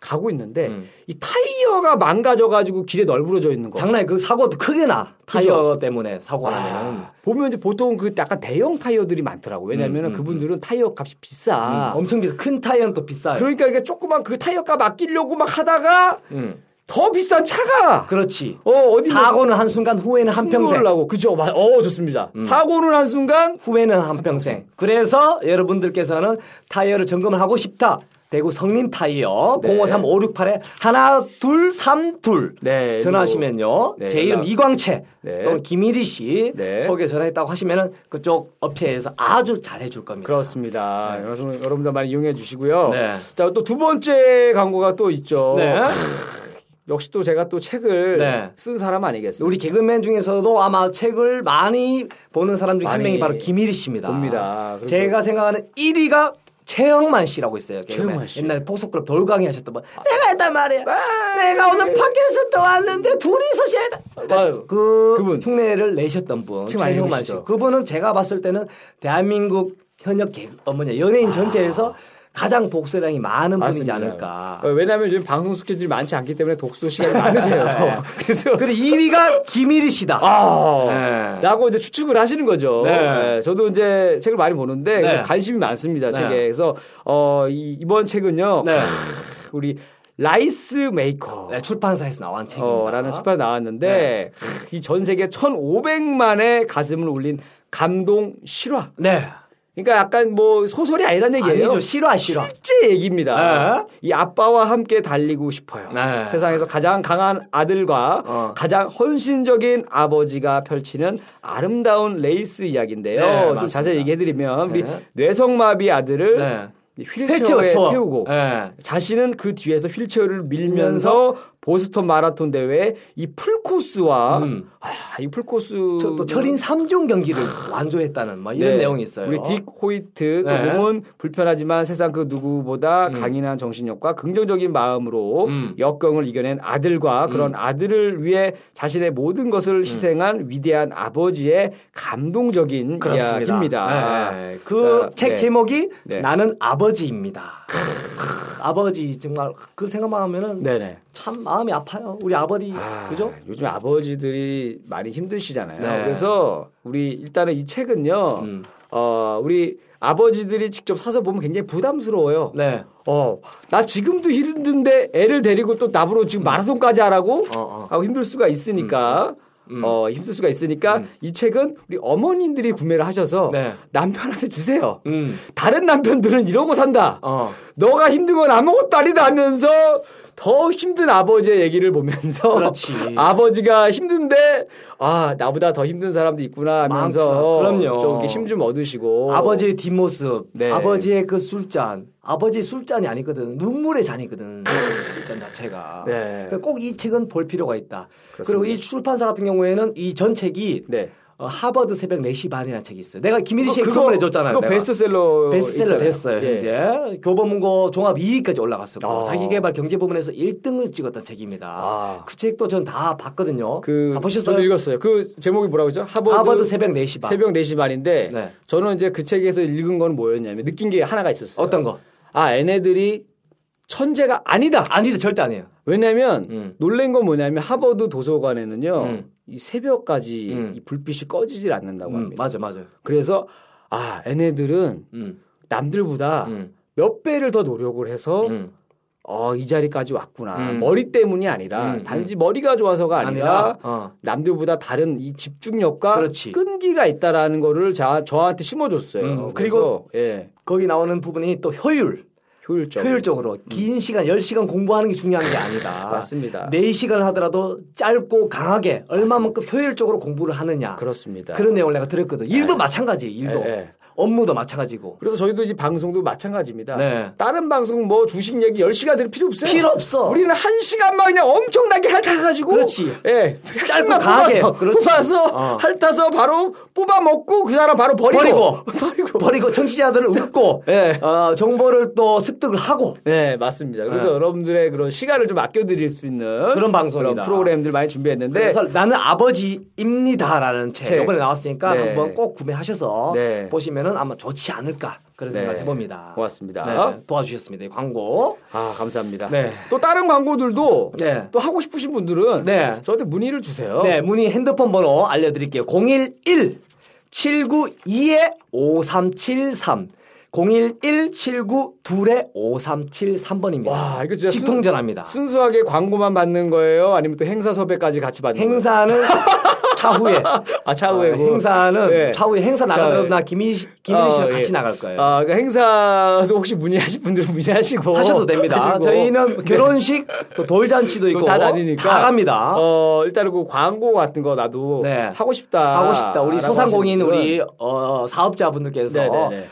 S3: 가고 있는데
S2: 음.
S3: 이 타이어가 망가져 가지고 길에 널브러져 있는 거.
S2: 장난이 그 사고도 크게 나. 타이어 때문에 사고가 나면.
S3: 아, 보면 이제 보통 그 약간 대형 타이어들이 많더라고. 왜냐면은
S2: 음, 음,
S3: 그분들은 타이어 값이 비싸.
S2: 음, 엄청 비싸. 큰 타이어는 또 비싸요.
S3: 그러니까 이게 조그만 그 타이어 값 아끼려고 막 하다가
S2: 음.
S3: 더 비싼 차가
S2: 그렇지.
S3: 어 어디
S2: 사고는 한순간, 후회는 한평생. 음.
S3: 라고 그죠? 맞- 어 좋습니다. 사고는 한 순간
S2: 후회는 한평생. 그래서 여러분들께서는 타이어를 점검을 하고 싶다. 대구 성림 타이어
S3: 네.
S2: 053568에 하나 둘삼둘
S3: 네,
S2: 전화하시면요.
S3: 네,
S2: 제 이름
S3: 연락.
S2: 이광채
S3: 네.
S2: 또는 김일희 씨
S3: 네.
S2: 소개 전화했다고 하시면은 그쪽 업체에서 아주 잘해줄 겁니다.
S3: 그렇습니다. 여러분 여러분들 많이 이용해 주시고요.
S2: 네.
S3: 자또 두 번째 광고가 또 있죠.
S2: 네.
S3: 역시 또 제가 또 책을
S2: 네.
S3: 쓴 사람 아니겠어요?
S2: 우리 개그맨 중에서도 아마 책을 많이 보는 사람 중에 한
S3: 많이
S2: 명이 바로 김일희 씨입니다.
S3: 봅니다. 아, 그리고
S2: 제가 생각하는 1위가 최영만 씨라고 있어요. 개그맨.
S3: 최영만 씨. 아.
S2: 옛날에 폭소클럽 돌강의 하셨던 분. 내가 했단 말이야. 내가 오늘 팟캐스트 왔는데 둘이서 쉐.
S3: 맞아요.
S2: 그
S3: 그분.
S2: 흉내를 내셨던 분.
S3: 지금 알고
S2: 최영만 씨.
S3: 계시죠?
S2: 그분은 제가 봤을 때는 대한민국 현역 개그 어, 뭐냐 연예인 전체에서 가장 복수량이 많은
S3: 아. 맞습니다.
S2: 분이지 않을까.
S3: 어, 왜냐하면 요즘 방송 스케줄이 많지 않기 때문에 독서 시간이
S2: <laughs> 네.
S3: 많으세요. <laughs> 그래서
S2: 그리고 2위가 김일희 씨다.
S3: 아,
S2: 네.
S3: 라고 이제 추측을 하시는 거죠.
S2: 네.
S3: 네, 저도 이제 책을 많이 보는데
S2: 네.
S3: 관심이 많습니다.
S2: 네.
S3: 책에. 그래서 어, 이, 이번 책은요.
S2: 네.
S3: 우리 라이스 메이커.
S2: 네, 출판사에서 나온 책입니다. 네.
S3: 어, 라는 출판 나왔는데 이 전 세계 1,500만의 가슴을 울린 감동 실화.
S2: 네.
S3: 그러니까 약간 뭐 소설이 아니란 얘기예요.
S2: 아니죠. 실화 실화.
S3: 실제 얘기입니다.
S2: 네.
S3: 이 아빠와 함께 달리고 싶어요.
S2: 네.
S3: 세상에서 가장 강한 아들과
S2: 어.
S3: 가장 헌신적인 아버지가 펼치는 아름다운 레이스 이야기인데요.
S2: 네,
S3: 좀
S2: 맞습니다.
S3: 자세히 얘기해드리면 우리
S2: 네.
S3: 뇌성마비 아들을
S2: 네.
S3: 휠체어에
S2: 태워.
S3: 태우고
S2: 네.
S3: 자신은 그 뒤에서 휠체어를 밀면서 보스턴 마라톤 대회 이 풀코스와
S2: 음.
S3: 아, 이 풀코스
S2: 저- 또 철인 3종 경기를 완조했다는 뭐 이런
S3: 네.
S2: 내용이 있어요.
S3: 우리 딕 호이트 또
S2: 네.
S3: 몸은 불편하지만 세상 그 누구보다
S2: 음.
S3: 강인한 정신력과 긍정적인 마음으로
S2: 음.
S3: 역경을 이겨낸 아들과 그런 아들을 위해 자신의 모든
S2: 음.
S3: 것을 희생한 위대한 아버지의 감동적인
S2: 그렇습니다.
S3: 이야기입니다.
S2: 네. 그책
S3: 자, 네.
S2: 제목이
S3: 네.
S2: 나는 아버지입니다. 아버지 정말 그 생각만 하면은
S3: 네네.
S2: 참 마음이 아파요. 우리 아버지
S3: 아,
S2: 그죠?
S3: 요즘 아버지들이 많이 힘드시잖아요.
S2: 네.
S3: 그래서 우리 일단은 이 책은요.
S2: 음.
S3: 어, 우리 아버지들이 직접 사서 보면 굉장히 부담스러워요.
S2: 네.
S3: 어, 나 지금도 힘든데 애를 데리고 또 나보러 지금 마라톤까지 하라고
S2: 어, 어.
S3: 하고 힘들 수가
S2: 음.
S3: 있으니까 어, 힘들 수가 있으니까 이 책은 우리 어머님들이 구매를 하셔서
S2: 네.
S3: 남편한테 주세요.
S2: 음.
S3: 다른 남편들은 이러고 산다.
S2: 어.
S3: 너가 힘든 건 아무것도 아니다 하면서 더 힘든 아버지의 얘기를 보면서
S2: 그렇지.
S3: 어. <laughs> 아버지가 힘든데 아 나보다 더 힘든 사람도 있구나 하면서
S2: 많구나. 아, 그럼요.
S3: 좀힘 좀 얻으시고
S2: 아버지의 뒷모습,
S3: 네.
S2: 아버지의 그 술잔, 아버지의 술잔이 아니거든. 눈물의 잔이거든. 술잔 자체가.
S3: 음.
S2: 그러니까
S3: 네.
S2: 꼭 이 책은 볼 필요가 있다. 그리고
S3: 그렇습니다.
S2: 이 출판사 같은 경우에는 이 전 책이
S3: 네.
S2: 어, 하버드 새벽 4시 반이라는 책이 있어요. 내가 김일희 씨에게
S3: 그거-
S2: 선물해 줬잖아요.
S3: 그거 베스트셀러
S2: 베스트셀러
S3: 있잖아요.
S2: 됐어요.
S3: 예.
S2: 이제 교보문고 종합 2위까지 올라갔었고
S3: 아.
S2: 자기개발 경제 부문에서 1등을 찍었던 책입니다.
S3: 아.
S2: 그 책도 전 다 봤거든요.
S3: 그
S2: 다 보셨어요?
S3: 저도 읽었어요. 그 제목이 뭐라고 했죠? 하버드,
S2: 하버드 새벽 4시 반.
S3: 새벽 4시 반인데
S2: 네.
S3: 저는 이제 그 책에서 읽은 건 뭐였냐면 느낀 게 하나가 있었어요.
S2: 어떤 거?
S3: 아, 얘네들이 천재가 아니다.
S2: 아니다 절대 아니에요.
S3: 왜냐면
S2: 음.
S3: 놀란 건 뭐냐면 하버드 도서관에는요.
S2: 음.
S3: 이 새벽까지
S2: 음.
S3: 이 불빛이 꺼지질 않는다고
S2: 음,
S3: 합니다.
S2: 맞아 맞아.
S3: 그래서 아, 얘네들은
S2: 음,
S3: 남들보다
S2: 음,
S3: 몇 배를 더 노력을 해서
S2: 음.
S3: 어, 이 자리까지 왔구나.
S2: 음.
S3: 머리 때문이 아니라
S2: 음,
S3: 단지 머리가 좋아서가 아니라,
S2: 어.
S3: 남들보다 다른 이 집중력과
S2: 그렇지.
S3: 끈기가 있다라는 거를 자, 저한테 심어줬어요.
S2: 음,
S3: 그래서,
S2: 그리고-
S3: 예,
S2: 거기 나오는 부분이 또 효율.
S3: 효율적.
S2: 효율적으로 긴 시간 10시간 공부하는 게 중요한 게
S3: 음.
S2: 아니다.
S3: <laughs> 맞습니다.
S2: 4시간을 하더라도 짧고 강하게 얼마만큼 효율적으로 공부를 하느냐.
S3: 그렇습니다. 네.
S2: 그런 내용을 내가 들었거든. 일도 마찬가지. 일도.
S3: 예, 예.
S2: 업무도 마찬가지고.
S3: 그래서 저희도 이 방송도 마찬가지입니다.
S2: 네.
S3: 다른 방송 뭐 주식 얘기 10시간 들을 필요 없어요.
S2: 필요 없어.
S3: 우리는 한 시간만 그냥 엄청나게 핥아가지고.
S2: 그렇지.
S3: 예.
S2: 짧고
S3: 핵심만
S2: 강하게.
S3: 뽑아서,
S2: 그렇지.
S3: 뽑아서
S2: 어.
S3: 핥아서 바로 뽑아 먹고 그 사람 바로 <laughs> 버리고.
S2: 버리고 버리고 버리고
S3: <laughs>
S2: 정치자들을 웃고
S3: 예.
S2: 어, 정보를 또 습득을 하고
S3: 네, 맞습니다. 그래서
S2: 네.
S3: 여러분들의 그런 시간을 좀 아껴드릴 수 있는
S2: 그런 방송이다.
S3: 그런 프로그램들 많이 준비했는데.
S2: 그래서 나는 아버지입니다라는 책
S3: 네. 책.
S2: 이번에 나왔으니까
S3: 네.
S2: 한번 꼭 구매하셔서
S3: 네.
S2: 보시면은 아마 좋지 않을까 그런
S3: 네.
S2: 생각 해봅니다.
S3: 고맙습니다.
S2: 네, 도와주셨습니다. 이 광고.
S3: 아, 감사합니다.
S2: 네.
S3: 또 다른 광고들도
S2: 네.
S3: 또 하고 싶으신 분들은
S2: 네.
S3: 저한테 문의를 주세요.
S2: 네, 문의 핸드폰 번호 알려드릴게요. 011 792에 5373 011 792에 5373번입니다.
S3: 와, 이거 진짜 순-
S2: 직통전화입니다.
S3: 순수하게 광고만 받는 거예요? 아니면 또 행사 섭외까지 같이 받는 거예요? <laughs>
S2: 행사는 차후에
S3: 아, 차후에.
S2: 어,
S3: 뭐.
S2: 행사는
S3: 예.
S2: 차후에 행사 나가더라도
S3: 차후에.
S2: 나 김인 김인
S3: 어,
S2: 씨랑 같이
S3: 예.
S2: 나갈 거예요.
S3: 아, 그러니까 행사도 혹시 문의하실 분들은 문의하시고.
S2: 하셔도 됩니다. 아,
S3: 하시고. 네.
S2: 저희는 결혼식, 또 돌잔치도 있고
S3: 다 다니니까.
S2: 다 갑니다.
S3: 어, 일단은 그 광고 같은 거 나도
S2: 네.
S3: 하고 싶다.
S2: 하고 싶다. 우리
S3: 아, 라고
S2: 소상공인
S3: 하시는 분들은
S2: 우리 어, 사업자분들께서
S3: 네네네.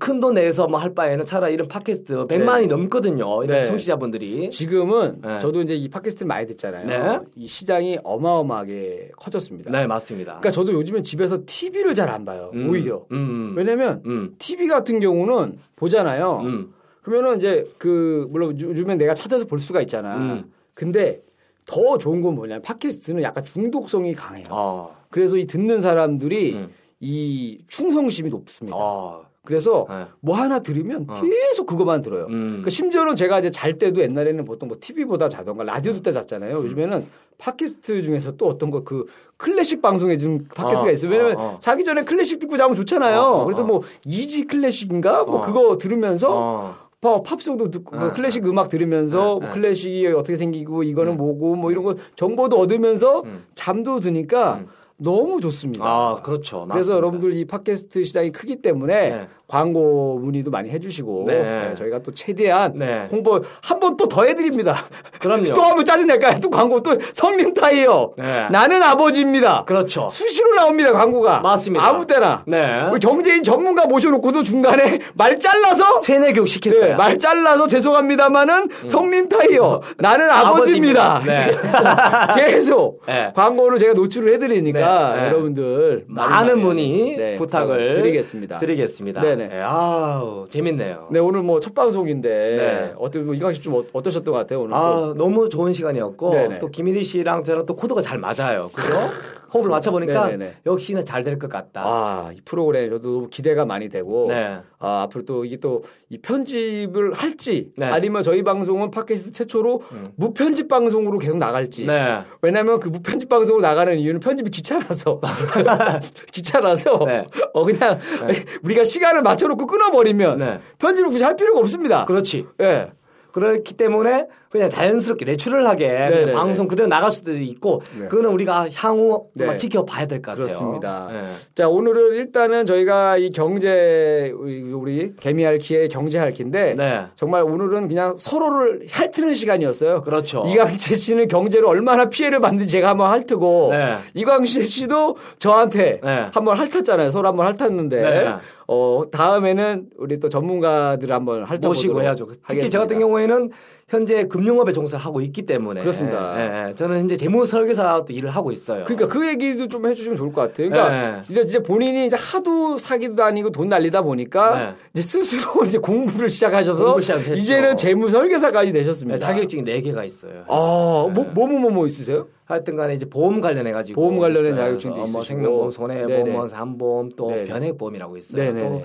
S2: 큰 돈 내서 뭐 할 바에는 차라리 이런 팟캐스트 100만이 넘거든요. 이런
S3: 네.
S2: 청취자분들이.
S3: 지금은
S2: 네.
S3: 저도 이제 이 팟캐스트를 많이 듣잖아요.
S2: 네.
S3: 이 시장이 어마어마하게 커졌습니다.
S2: 네, 맞습니다.
S3: 그러니까 저도 요즘엔 집에서 TV를 잘 안 봐요.
S2: 음,
S3: 오히려.
S2: 음, 음,
S3: 왜냐면
S2: 음,
S3: TV 같은 경우는 보잖아요.
S2: 음.
S3: 그러면은 이제 그 물론 요- 요즘엔 내가 찾아서 볼 수가 있잖아.
S2: 음.
S3: 근데 더 좋은 건 뭐냐면 팟캐스트는 약간 중독성이 강해요.
S2: 어.
S3: 그래서 이 듣는 사람들이
S2: 음.
S3: 이 충성심이 높습니다.
S2: 어.
S3: 그래서
S2: 네.
S3: 뭐 하나 들으면
S2: 어.
S3: 계속 그것만 들어요.
S2: 음.
S3: 그러니까 심지어는 제가 이제 잘 때도 옛날에는 보통 뭐 TV보다 자던가 라디오 듣다 잤잖아요.
S2: 음.
S3: 요즘에는 팟캐스트 중에서 또 어떤 거 그 클래식 방송에 준 팟캐스트가
S2: 어,
S3: 있어요. 왜냐면
S2: 어, 어.
S3: 자기 전에 클래식 듣고 자면 좋잖아요.
S2: 어, 어,
S3: 그래서
S2: 어.
S3: 뭐 이지 클래식인가 뭐
S2: 어.
S3: 그거 들으면서
S2: 어.
S3: 팝- 팝송도 듣고 그
S2: 네,
S3: 클래식 음악 들으면서 뭐
S2: 네, 네.
S3: 클래식이 어떻게 생기고 이거는
S2: 음.
S3: 뭐고 뭐 이런 거 정보도 얻으면서
S2: 음.
S3: 잠도 드니까
S2: 음.
S3: 너무 좋습니다.
S2: 아, 그렇죠.
S3: 래서
S2: 맞습니다.
S3: 여러분들 이 팟캐스트 시장이 크기 때문에
S2: 네.
S3: 광고 문의도 많이 해주시고
S2: 네.
S3: 네, 저희가 또 최대한
S2: 네.
S3: 홍보 한 번 또 더 해드립니다.
S2: 그럼요.
S3: 또 하면 짜증낼까요? 또 광고 또 성님 타이어.
S2: 네.
S3: 나는 아버지입니다.
S2: 그렇죠.
S3: 수시로 나옵니다 광고가.
S2: 맞습니다.
S3: 아무 때나.
S2: 네.
S3: 우리 경제인 전문가 모셔놓고도 중간에 말 잘라서
S2: 세뇌교육 시킬
S3: 네,
S2: 거야.
S3: 말 잘라서 죄송합니다만은
S2: 음.
S3: 성님 타이어 나는 아버지입니다.
S2: 네.
S3: <laughs>
S2: 아버지입니다.
S3: 그래서 계속
S2: <laughs> 네.
S3: 광고를 제가 노출을 해드리니까
S2: 네, 네.
S3: 여러분들
S2: 많은 문의
S3: 네,
S2: 부탁을
S3: 드리겠습니다.
S2: 드리겠습니다.
S3: 네네.
S2: 예, 아우 재밌네요.
S3: 네 오늘 뭐 첫 방송인데
S2: 네.
S3: 어떻게 뭐 이광식 좀 어- 어떠셨던 것 같아요 오늘? 좀?
S2: 아 너무 좋은 시간이었고
S3: 네네.
S2: 또 김일희 씨랑 저랑 또 코드가 잘 맞아요.
S3: <laughs>
S2: 그죠? 호흡을 맞춰 보니까
S3: 네네네.
S2: 역시나 잘 될 것 같다.
S3: 아, 이 프로그램 저도 너무 기대가 많이 되고
S2: 네.
S3: 아, 앞으로 또 이게 또 이 편집을 할지
S2: 네. 음.
S3: 아니면 저희 방송은 팟캐스트 최초로 무편집 방송으로 계속 나갈지
S2: 네.
S3: 왜냐면 그 무편집 방송으로 나가는 이유는 편집이
S2: <laughs>
S3: 귀찮아서 <laughs> 귀찮아서
S2: 네.
S3: 어 그냥 <laughs> 우리가 시간을 맞춰놓고 끊어버리면
S2: 네.
S3: 편집을 굳이 할 필요가 없습니다.
S2: 그렇지.
S3: 예.
S2: 그렇기 때문에 그냥 자연스럽게 내추럴하게 그냥
S3: 네네네.
S2: 방송 그대로 나갈 수도 있고
S3: 네.
S2: 그거는 우리가 향후
S3: 네.
S2: 한번 지켜봐야 될 것 같아요.
S3: 그렇습니다.
S2: 네.
S3: 자, 오늘은 일단은 저희가 이 경제, 우리- 우리 개미할키의 경제할키인데
S2: 네.
S3: 정말 오늘은 그냥 서로를 핥트는 시간이었어요.
S2: 그렇죠.
S3: 이광재 씨는 경제로 얼마나 피해를 받는지 제가 한번 핥트고
S2: 네.
S3: 이광재 씨도 저한테
S2: 네.
S3: 한번 핥았잖아요. 서로 한번 핥았는데
S2: 네.
S3: 어, 다음에는 우리 또 전문가들 한번 핥아보도록
S2: 모시고 해야죠. 특히 저 같은 경우에는 현재 금융업에 종사를 하고 있기 때문에
S3: 그렇습니다.
S2: 예, 예. 저는 현재 재무 설계사도 일을 하고 있어요. 예,
S3: 그러니까 그 얘기도 좀 해주시면 좋을 것 같아요. 그러니까
S2: 네.
S3: 이제 이제 본인이 이제 하도 사기도 다니고 돈 날리다 보니까
S2: 네.
S3: 이제 스스로 <laughs> 이제 공부를 시작하셔서
S2: 공부를 시작했죠.
S3: 이제는 재무 설계사까지
S2: 네,
S3: 되셨습니다.
S2: 자격증이 네. 4개가 있어요.
S3: 아, 뭐 뭐 뭐 뭐 있으세요?
S2: 하여튼 간에 이제 보험 관련해 가지고
S3: 보험 관련된 자격증도
S2: 뭐
S3: 있으시고.
S2: 생명보험, 손해보험, 뭐
S3: 네네.
S2: 산보험 또
S3: 네네.
S2: 변액보험이라고 있어요.
S3: 네네네.
S2: 또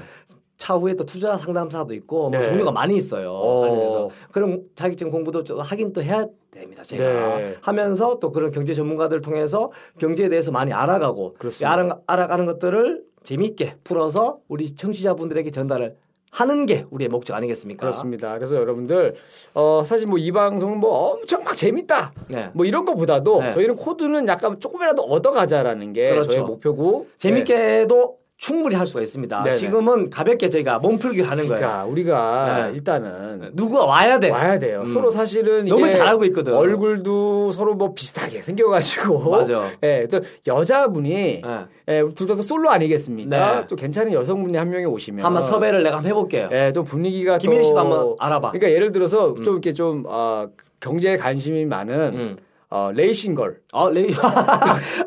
S2: 차후에 또 투자 상담사도 있고 뭐
S3: 네.
S2: 종류가 많이 있어요.
S3: 어.
S2: 관련해서 그럼 자격증 공부도 좀 하긴 또 해야 됩니다. 제가
S3: 네.
S2: 하면서 또 그런 경제 전문가들을 통해서 경제에 대해서 많이 알아가고
S3: 그렇습니다.
S2: 알아, 알아가는 것들을 재미있게 풀어서 우리 청취자분들에게 전달을 하는 게 우리의 목적 아니겠습니까?
S3: 그렇습니다. 그래서 여러분들 어 사실 뭐 이 방송은 뭐 엄청 막 재밌다.
S2: 네.
S3: 뭐 이런 것보다도
S2: 네.
S3: 저희는 코드는 약간 조금이라도 얻어가자라는 게
S2: 그렇죠.
S3: 저희 목표고 네.
S2: 재밌게도 충분히 할 수가 있습니다.
S3: 네네.
S2: 지금은 가볍게 저희가 몸풀기 하는 거예요.
S3: 그러니까 우리가
S2: 네.
S3: 일단은
S2: 누가 와야 돼.
S3: 와야 돼요.
S2: 음.
S3: 서로 사실은
S2: 너무
S3: 이게
S2: 잘 알고 있거든.
S3: 얼굴도 서로 뭐 비슷하게 생겨가지고
S2: 맞아.
S3: <laughs> 예, 또 여자분이
S2: 예.
S3: 예, 둘다 솔로 아니겠습니까?
S2: 네.
S3: 또 괜찮은 여성분이 한 명이 오시면
S2: 한번 섭외를 내가 한번 해볼게요.
S3: 예, 좀 분위기가
S2: 김민희 씨도
S3: 또-
S2: 한번 알아봐.
S3: 그러니까 예를 들어서 좀 이렇게 좀 어, 경제에 관심이 많은
S2: 음.
S3: 어, 레이싱걸
S2: 아, 레이, <laughs>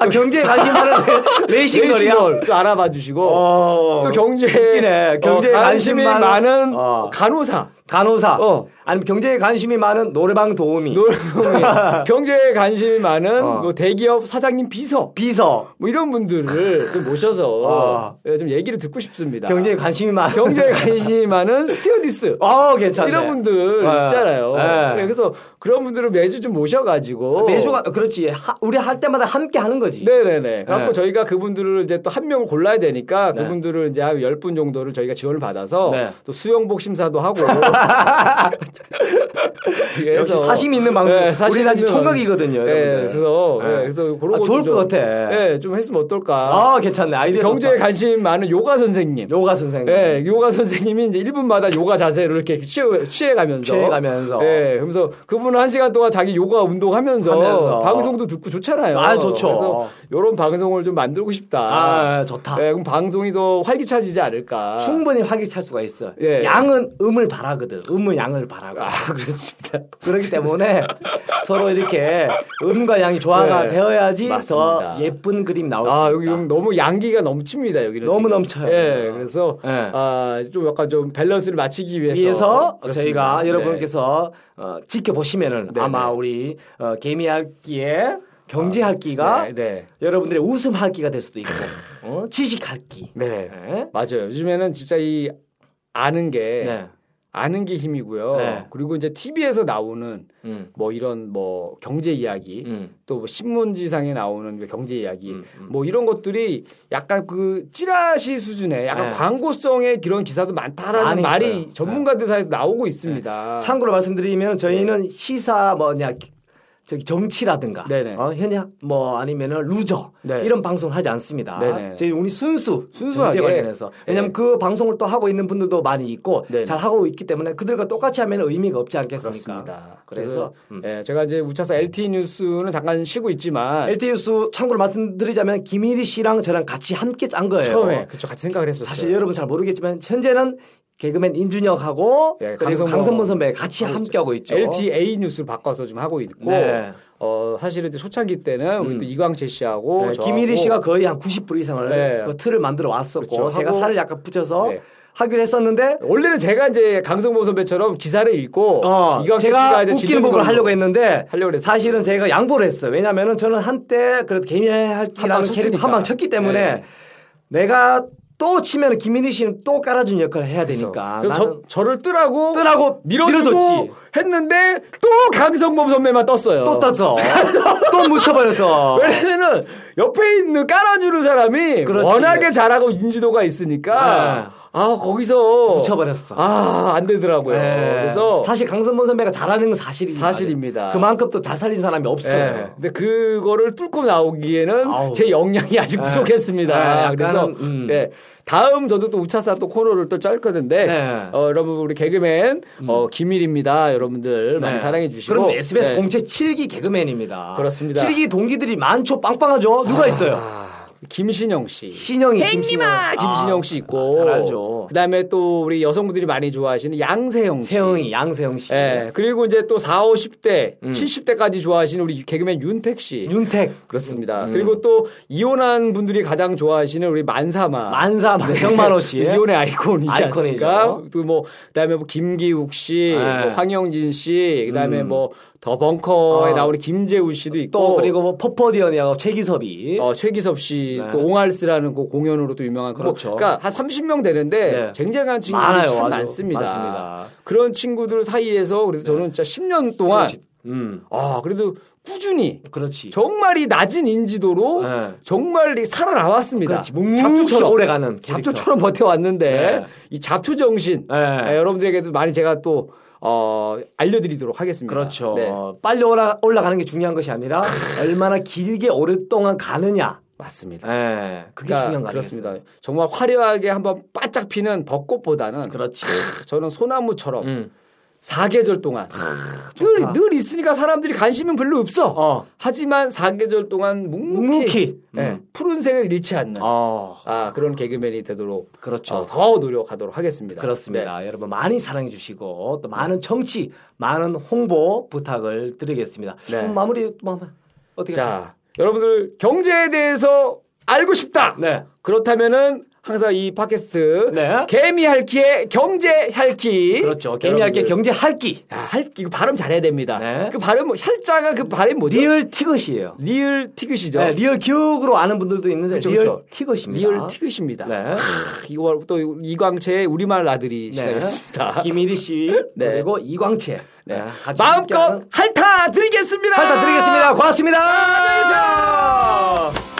S2: 아, 경제에 관심 많은
S3: <laughs>
S2: 레이싱걸이야.
S3: 레이싱걸 좀 알아봐 주시고
S2: 어,
S3: 또 경제
S2: 웃기네. 경제에 관심이
S3: 관심이 많은
S2: 어.
S3: 간호사
S2: 간호사.
S3: 어.
S2: 아니면 경제에 관심이 많은 노래방 도우미. <laughs>
S3: 노- 경제에 관심이 많은
S2: 어.
S3: 뭐 대기업 사장님 비서
S2: 비서.
S3: 뭐 이런 분들을 좀 모셔서
S2: 아.
S3: 예, 좀 얘기를 듣고 싶습니다.
S2: 경제에 관심이 많은.
S3: 경제에 관심이 많은 스튜어디스
S2: <laughs> 어, 괜찮네.
S3: 이런 분들
S2: 네.
S3: 있잖아요. 예,
S2: 네.
S3: 그래서 그런 분들을 매주 좀 모셔가지고
S2: 아, 매주가 그렇지. 하- 우리 할 때마다 함께 하는 거지.
S3: 네네네. 그래갖고
S2: 네.
S3: 저희가 그분들을 이제 또 한 명을 골라야 되니까
S2: 네.
S3: 그분들을 이제 한 10분 정도를 저희가 지원을 받아서
S2: 네.
S3: 또 수영복 심사도 하고.
S2: <laughs> 역시
S3: 그래서
S2: 사심 있는 방송.
S3: 네, 사심
S2: 우리는 아직
S3: 있는
S2: 총각이거든요.
S3: 네,
S2: 여러분들.
S3: 그래서,
S2: 네.
S3: 네, 그래서 그런
S2: 아,
S3: 것도
S2: 좋을
S3: 좀-
S2: 것 같아.
S3: 네, 좀 했으면 어떨까.
S2: 아, 괜찮네. 아이디어
S3: 경제에
S2: 좋다.
S3: 관심 많은 요가 선생님.
S2: 요가 선생님.
S3: 예, 요가 선생님이 이제 1분마다 요가 자세를 이렇게 취해, 취해가면서.
S2: 취해가면서.
S3: 예, 그래서 그분은 한 시간 동안 자기 요가 운동하면서.
S2: 하면서.
S3: 방송도 듣고 좋잖아요.
S2: 아, 좋죠.
S3: 그래서 요런 방송을 좀 만들고 싶다.
S2: 아, 좋다.
S3: 예, 그럼 방송이 더 활기차지지 않을까.
S2: 충분히 활기찰 수가 있어.
S3: 아. 예.
S2: 양은 음을 바라거든. 음은 양을 바라고.
S3: 아, <laughs> 그렇습니다.
S2: 그렇기 때문에 서로 이렇게 음과 양이 조화가
S3: 네.
S2: 되어야지
S3: 맞습니다.
S2: 더 예쁜 그림 나올 수 있다.
S3: 아, 여기 좀 너무 양기가 넘칩니다, 여기는.
S2: 너무
S3: 지금.
S2: 넘쳐요.
S3: 예, 그래서,
S2: 예.
S3: 아, 좀 약간 좀 밸런스를 맞추기 위해서.
S2: 위해서
S3: 그렇습니다.
S2: 저희가
S3: 네.
S2: 여러분께서 어, 지켜보시면은
S3: 네,
S2: 아마
S3: 네.
S2: 우리 어, 개미핥기의 경제핥기가
S3: 네, 네.
S2: 여러분들의 웃음핥기가 될 수도 있고 어? 지식핥기.
S3: 네.
S2: 네.
S3: 맞아요. 요즘에는 진짜 이 아는 게
S2: 네.
S3: 아는 게 힘이고요.
S2: 네.
S3: 그리고 이제 TV에서 나오는
S2: 음.
S3: 뭐 이런 뭐 경제 이야기
S2: 음.
S3: 또뭐 신문지상에 나오는 그 경제 이야기
S2: 음, 음.
S3: 뭐 이런 것들이 약간 그 찌라시 수준의 약간
S2: 네.
S3: 광고성의 그런 기사도 많다라는
S2: 많이
S3: 말이
S2: 있어요. 네.
S3: 전문가들 사이에서 나오고 있습니다.
S2: 아. 참고로 말씀드리면 저희는 시사 뭐냐 저기 정치라든가
S3: 네. 네네.
S2: 어, 현역 뭐 아니면은 루저
S3: 네.
S2: 이런 방송을 하지 않습니다.
S3: 네네.
S2: 저희 우리 순수
S3: 순수하게.
S2: 문제 관련해서 왜냐하면
S3: 네.
S2: 그 방송을 또 하고 있는 분들도 많이 있고
S3: 네네.
S2: 잘 하고 있기 때문에 그들과 똑같이 하면 의미가 없지 않겠습니까?
S3: 그렇습니다.
S2: 그래서, 음.
S3: 예, 제가 이제 우차사 LTE 뉴스는 잠깐 쉬고 있지만
S2: LTE 뉴스 참고로 말씀드리자면 김일희 씨랑 저랑 같이 함께 짠 거예요.
S3: 처음에 그쵸 같이 생각을 네, 했었어요.
S2: 사실 여러분 잘 모르겠지만 현재는 개그맨 임준혁하고
S3: 예,
S2: 그리고
S3: 강성모-
S2: 강성문 선배 같이 함께 하고 있죠.
S3: LTA 뉴스로 바꿔서 좀 하고 있고
S2: 네. 음.
S3: 어 사실은 이제 초창기 때는 우리 또 이광재 씨하고
S2: 네,
S3: 저하고
S2: 김일희 씨가 거의 한 90% 이상을
S3: 네.
S2: 그 틀을 만들어 왔었고
S3: 그렇죠.
S2: 제가
S3: 하고-
S2: 살을 약간 붙여서
S3: 네.
S2: 하기로 했었는데
S3: 원래는 제가 이제 강성모 선배처럼 기사를 읽고
S2: 어,
S3: 이광재
S2: 제가
S3: 씨가 이제
S2: 웃기는
S3: 지도를
S2: 부분을
S3: 걸고
S2: 하려고 했는데
S3: 하려고 그랬어요.
S2: 사실은 제가 양보를 했어요. 왜냐면은 저는 한때 그래도 개미할기라는
S3: 한방
S2: 캐릭터
S3: 쳤으니까.
S2: 한방 쳤기 때문에
S3: 네.
S2: 내가 또 치면 김민희 씨는 또 깔아준 역할을 해야
S3: 그래서.
S2: 되니까
S3: 그래서
S2: 나는
S3: 저, 저를 뜨라고
S2: 뜨라고
S3: 밀어주고
S2: 밀어줬지.
S3: 했는데 또 강성모 선배만 떴어요. <laughs>
S2: 또 떴어. 또 묻혀버렸어.
S3: 왜냐면은 옆에 있는 깔아주는 사람이
S2: 그렇지.
S3: 워낙에 잘하고 인지도가 있으니까
S2: 네.
S3: 아 거기서
S2: 묻혀버렸어.
S3: 아안 되더라고요.
S2: 네.
S3: 그래서
S2: 사실 강선본 선배가 잘하는 건 사실입니다. 예.
S3: 사실입니다.
S2: 그만큼 또 잘 살린 사람이 없어요.
S3: 예. 근데 그거를 뚫고 나오기에는
S2: 아우.
S3: 제 역량이 아직
S2: 예.
S3: 부족했습니다.
S2: 예, 약간은,
S3: 그래서
S2: 음.
S3: 예. 다음 저도 또 우차사 또 코너를 또 짤 건데
S2: 네. 음.
S3: 어, 여러분 우리 개그맨 어, 김일입니다. 여러분들 많이
S2: 네.
S3: 사랑해 주시고
S2: 그럼 SBS
S3: 네.
S2: 공채 7기 개그맨입니다.
S3: 그렇습니다.
S2: 7기 동기들이 많죠. 빵빵하죠. 누가 있어요?
S3: 아, 김신영 씨.
S2: 신영이
S3: 아,
S2: 김신영.
S3: 김신영 씨 있고
S2: 아, 잘 알죠.
S3: 그다음에 또 우리 여성분들이 많이 좋아하시는 양세형 씨.
S2: 세영이 양세영 씨.
S3: 예. 그리고 이제 또 4, 50대,
S2: 음.
S3: 70대까지 좋아하시는 우리 개그맨 윤택 씨.
S2: 윤택
S3: 그렇습니다.
S2: 음.
S3: 그리고 또 이혼한 분들이 가장 좋아하시는 우리 만사마.
S2: 만사 정만호 씨.
S3: <laughs> 이혼의 아이콘이지
S2: 아이콘이죠.
S3: 않습니까? 또뭐 그다음에 뭐 김기욱 씨,
S2: 네.
S3: 뭐 황영진 씨, 그다음에 뭐 더 벙커에
S2: 어.
S3: 나오는 김재우 씨도 있고
S2: 또 그리고 뭐 퍼퍼디언이하고 최기섭이
S3: 어, 최기섭 씨,
S2: 네.
S3: 또 옹알스라는 그 공연으로 또 유명한 그
S2: 그렇죠.
S3: 러니까한 30명 되는데
S2: 네.
S3: 쟁쟁한 친구들이
S2: 많아요.
S3: 참
S2: 아주
S3: 많습니다.
S2: 많습니다. 네.
S3: 그런 친구들 사이에서 그래서 저는 진짜 10년 동안
S2: 그렇지. 음.
S3: 아, 그래도 꾸준히
S2: 그렇지.
S3: 정말 이 낮은 인지도로
S2: 네.
S3: 정말 이 살아나왔습니다.
S2: 그렇지. 묵묵히 오래가는 캐릭터.
S3: 잡초처럼 버텨왔는데
S2: 네.
S3: 이 잡초 정신
S2: 네.
S3: 네, 여러분들에게도 많이 제가 또 어, 알려드리도록 하겠습니다.
S2: 그렇죠.
S3: 네.
S2: 빨리 올라, 올라가는 게 중요한 것이 아니라 얼마나 길게 오랫동안 가느냐.
S3: 맞습니다.
S2: 예. 그게 중요한 거 아니겠습니까?
S3: 그러니까 그렇습니다. 정말 화려하게 한번 반짝 피는 벚꽃보다는
S2: 그렇지.
S3: 저는 소나무처럼
S2: 음. 아,
S3: 사계절 동안 늘,
S2: 좋다.
S3: 늘 있으니까 사람들이 관심은 별로 없어.
S2: 어.
S3: 하지만 사계절 동안 묵묵히,
S2: 묵묵히.
S3: 예,
S2: 음.
S3: 푸른색을 잃지 않는
S2: 어.
S3: 아, 그런 개그맨이 되도록
S2: 그렇죠.
S3: 어, 네. 더 노력하도록 하겠습니다.
S2: 그렇습니다. 여러분 많이 사랑해 주시고 또 많은 정치, 많은 홍보 부탁을 드리겠습니다.
S3: 네.
S2: 그럼 마무리 뭐 한번 어떻게
S3: 네. 자, 여러분들 경제에 대해서 알고 싶다.
S2: 할까요? 네.
S3: 그렇다면은 항상 이 팟캐스트
S2: 네.
S3: 개미 할퀴의 경제 할퀴.
S2: 그렇죠. 개미할게
S3: 여러분들,
S2: 경제 할기.
S3: 아, 할퀴 이거 발음 잘해야 됩니다.
S2: 네.
S3: 그 발음 혈자가 그 발음 뭐죠?
S2: 리얼 티것이에요.
S3: 리을 티귿이죠.
S2: 네, 리얼 교육으로 아는 분들도 있는데
S3: 그쵸,
S2: 리얼
S3: 그쵸.
S2: 티것입니다.
S3: 리얼 티귿입니다.
S2: 네.
S3: 크, 이거 또 이광채의 우리말 아들이 시간이었습니다.
S2: <laughs> 김일희 씨
S3: 네.
S2: 그리고 이광채.
S3: 네.
S2: 네, 같이 함께하는
S3: 마음껏 핥아 드리겠습니다.
S2: 핥아드리겠습니다. 고맙습니다.
S3: 안녕히 계세요.